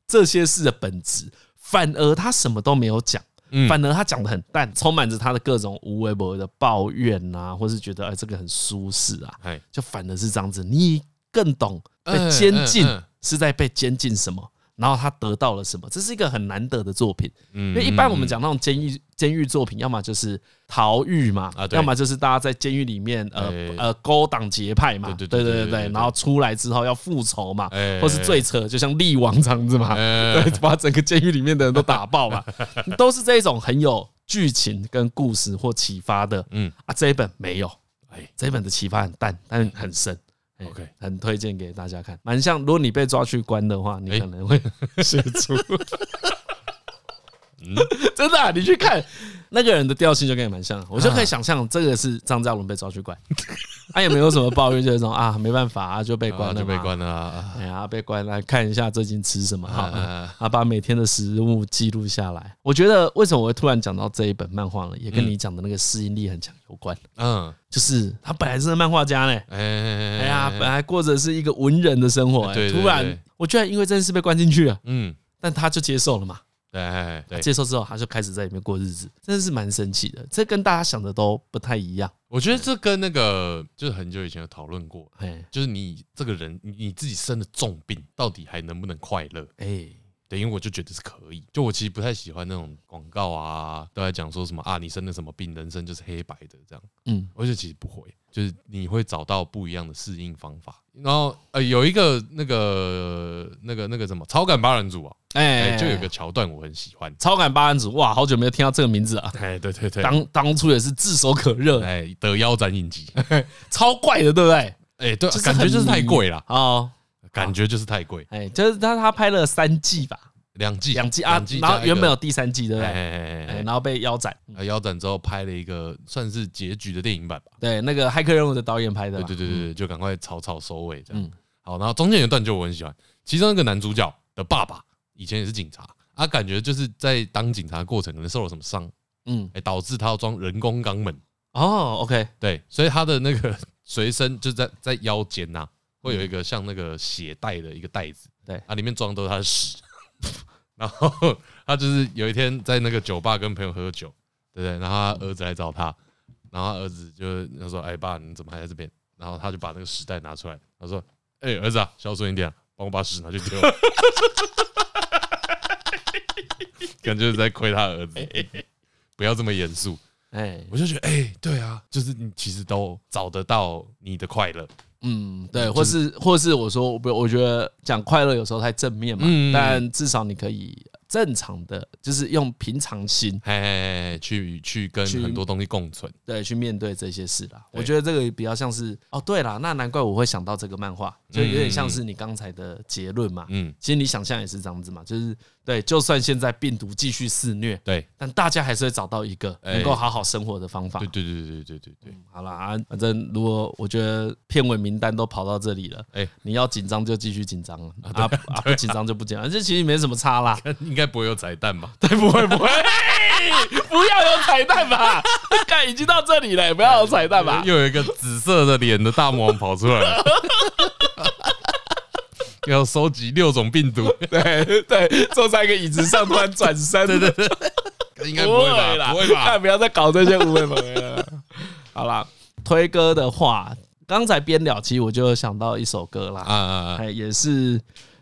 这些事的本质，反而他什么都没有讲，
嗯
反而他讲的很淡，充满着他的各种无微不微的抱怨啊，或是觉得哎、这个很舒适啊，
哎
就反而是这样子，你更懂被
嗯
监禁
嗯嗯
是在被监禁什么。然后他得到了什么？这是一个很难得的作品，
嗯
因为一般我们讲那种监狱监狱作品，要么就是逃狱嘛
啊，对
要么就是大家在监狱里面呃
哎
呃勾党结派嘛，
对对
对对
对
对
对对
对，然后出来之后要复仇嘛
哎，
或是最扯就像力王这样子嘛，
哎
对，把整个监狱里面的人都打 爆嘛，都是这种很有剧情跟故事或启发的，
嗯
嗯啊，这一本没有，
哎嗯
这一本的启发很淡，但很深。哎
OK
很推荐给大家看，蛮像。如果你被抓去关的话，你可能会 写出。真的啊、你去看那个人的调性就跟你蛮像啊的，我就可以想象这个是张嘉伦被抓 去关，他、也没有什么抱怨，就是说啊没办法啊就被关
啊
了、
就被，关了啊。
哎呀被关了，看一下最近吃什么好了。
啊
啊，把每天的食物记录下来。我觉得为什么我会突然讲到这一本漫画呢？也跟你讲的那个适应力很强有关。
嗯，
就是他本来是个漫画家呢，
哎哎
哎呀，本来过着是一个文人的生活、哎
对对对
突然
对
我居然因为这件事被关进去了，
嗯，
但他就接受了嘛。
对哎对，
接受之后，他就开始在里面过日子，真的是蛮神奇的。这跟大家想的都不太一样。
我觉得这跟那个就是很久以前有讨论过，
哎
就是你这个人你你自己生了重病，到底还能不能快乐？
哎，
对，因为我就觉得是可以。就我其实不太喜欢那种广告啊，都在讲说什么啊，你生了什么病，人生就是黑白的这样。
嗯，
而且其实不会，就是你会找到不一样的适应方法。然后呃，有一个那个那个那个什么超感八人组啊，哎、
哎，
就有一个桥段我很喜欢。
超感八人组，哇，好久没有听到这个名字了。
哎，对对对，
当当初也是炙手可热，
哎得腰斩影集，
超怪的，对不对？
哎，对
就是，
感觉就是啊
很
太
迷
贵啦，
哦，
感觉就是太贵，
哎，就是他他拍了三季吧，
两季
两季啊，然
加一
后原本
个
有第三季，对不
哎
对？
哎哎
哎
哎
然后被腰斩，
哎，腰斩之后拍了一个算是结局的电影版吧。
对，那个骇客任务的导演拍的
对
嘛，
对对对对，就赶快草草收尾这样。
嗯
好，然后中间有一段就我很喜欢，其中一个男主角的爸爸以前也是警察，啊，感觉就是在当警察过程可能受了什么伤，
嗯，
哎、导致他要装人工肛门，
哦，OK，
对，所以他的那个 随身就在在腰间呐、会有一个像那个血袋的一个袋子，
对
啊，里面装的都是他的屎。 然后他就是有一天在那个酒吧跟朋友喝酒，对不对？然后他儿子来找他，然后他儿子就他说：“哎爸，你怎么还在这边？”然后他就把那个屎袋拿出来，他说：“哎儿子啊，孝顺一点啊、帮我把 屎拿去丢。”感觉是在亏他儿子，不要这么严肃。
哎，
我就觉得，哎、对啊，就是你其实都找得到你的快乐，
嗯，对，或是或是我说，我不，我觉得讲快乐有时候太正面嘛，
嗯
但至少你可以正常的，就是用平常心
哎，去去跟
去
很多东西共存，
对去面对这些事啦。
对
我觉得这个比较像是哦，对啦，那难怪我会想到这个漫画，就有点像是你刚才的结论嘛。
嗯，
其实你想象也是这样子嘛，就是对，就算现在病毒继续肆虐，
对，
但大家还是会找到一个
哎
能够好好生活的方法
对。对对对对对对，
好啦，啊反正如果我觉得片尾名单都跑到这里了，
哎
你要紧张就继续紧张了，啊啊不紧张就不紧张，这 其实没什么差啦。
那应该不会有彩蛋吧？
对，不会 不会，不要有彩蛋 吧？看已经到这里了，不要有彩蛋吧？
又有一个紫色的脸的大魔王跑出来了， 要收集六种病毒，
对对，坐在一个椅子上突然转身，对 对对，
应该不会吧？
啦，
不会吧？
但不要再搞这些无谓无谓了。 好啦，推歌的话，刚才边聊，其实我就想到一首歌啦
啊，啊啊！
哎，也是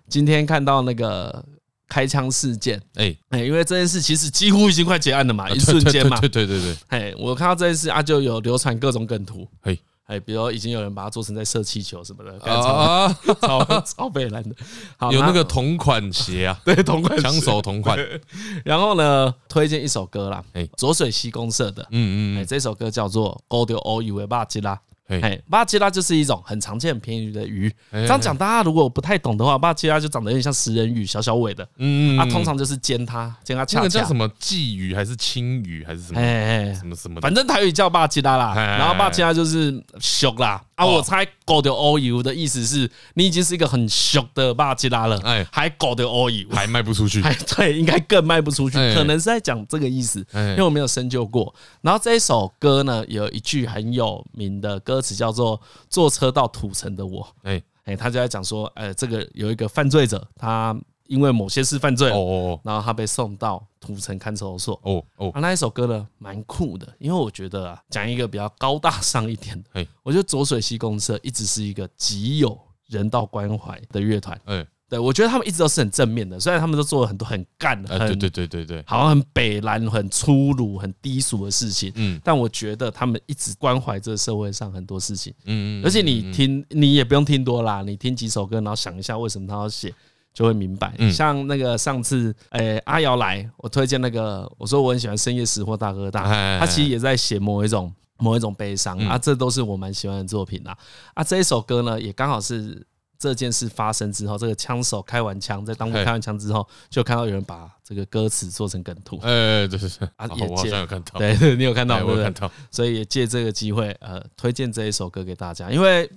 今天看到那个开枪事件，
哎，
哎，因为这件事其实几乎已经快结案了嘛，一瞬间嘛，
对对对对对，
哎，我看到这件事啊，就有流传各种梗图，
嘿，
哎，比如已经有人把它做成在射气球什么的，干超
啊，
超 超北蓝的，哦好
有那个同款鞋啊，
对同款
抢
手。
手同款，
然后呢，推荐一首歌啦，
哎
左水溪公社的，
嗯
哎，
嗯
这首歌叫做《Go 丢 O 以为巴吉拉》。
嗯，哎
哎，巴吉拉就是一种很常见、很便宜的鱼。
哎
这样讲，大家如果不太懂的话，巴吉拉就长得有点像食人鱼，小小尾的。
嗯嗯，
啊，通常就是煎它，煎它
那
恰
个叫
恰
什。么鲫鱼还是青鱼还是什么
哎哎
什，么什么的？
反正台语叫霸气拉啦，
哎
然后霸气拉就是俗啦啊！
哦
我猜狗的 all you 的意思是你已经是一个很俗的霸气拉了，哎
哎，
还狗的 all you，
还卖不出去。
还对，应该更卖不出去，
哎
可能是在讲这个意思，
哎
因为我没有深究过。然后这一首歌呢，有一句很有名的歌词叫做“坐车到土城的我
哎，”，
哎，他就在讲说，呃，这个有一个犯罪者，他因为某些事犯罪
哦，哦
然后他被送到土城看守所。
哦哦哦，
啊，那一首歌呢，蛮酷的，因为我觉得啊，讲一个比较高大上一点的
嘿，
我觉得浊水溪公社一直是一个极有人道关怀的乐团。
哎
对我觉得他们一直都是很正面的，虽然他们都做了很多很干、
哎，
很
对对对对对，
好像很北蓝、很粗鲁、很低俗的事情，
嗯
但我觉得他们一直关怀这个社会上很多事情。
嗯，嗯
而且你听，你也不用听多啦，你听几首歌，然后想一下为什么他要写，就会明白。
嗯
像那个上次，诶、阿瑶来，我推荐那个，我说我很喜欢深夜识货大哥大
哎哎，哎
他其实也在写某一种某一种悲伤、
嗯
啊，这都是我蛮喜欢的作品啦。啊，这一首歌呢，也刚好是这件事发生之后，这个枪手开完枪，在当兵
嘿
开完枪之后，就看到有人把这个歌词做成梗图。
哎，对对对，
啊
啊，
眼
我好
界
像有看到，
对， 对你有看到
哎
对
我有
不对
看？到，
所以也借这个机会，呃，推荐这一首歌给大家。因为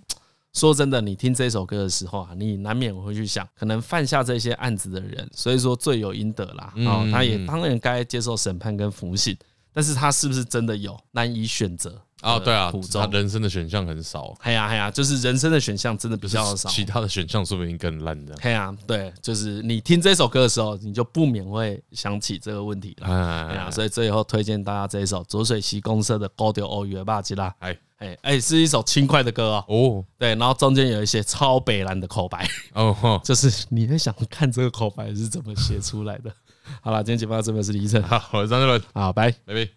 说真的，你听这首歌的时候啊，你难免会去想，可能犯下这些案子的人，所以说罪有应得啦。哦
嗯，
他也当然该接受审判跟服刑，但是他是不是真的有难以选择
啊，
的
对啊
苦，
他
衷。
人生的选项很少，
哎呀哎呀，就是人生的选项真的比
就是
较少。
其他的选项说不定更烂的。
哎呀，对，就是你听这首歌的时候，你就不免会想起这个问题啦。哎呀，
哎，
所以最后推荐大家这一首浊水溪公社的《高调欧约巴吉拉》。
哎，
哎、哎、是一首轻快的歌哦。
哦
对，然后中间有一些超北蓝的口白，
哦吼，
就是你会想看这个口白是怎么写出来的。好了，今天节目到这边，我是李医生，
好，我是张志伦，
好，拜。
拜拜。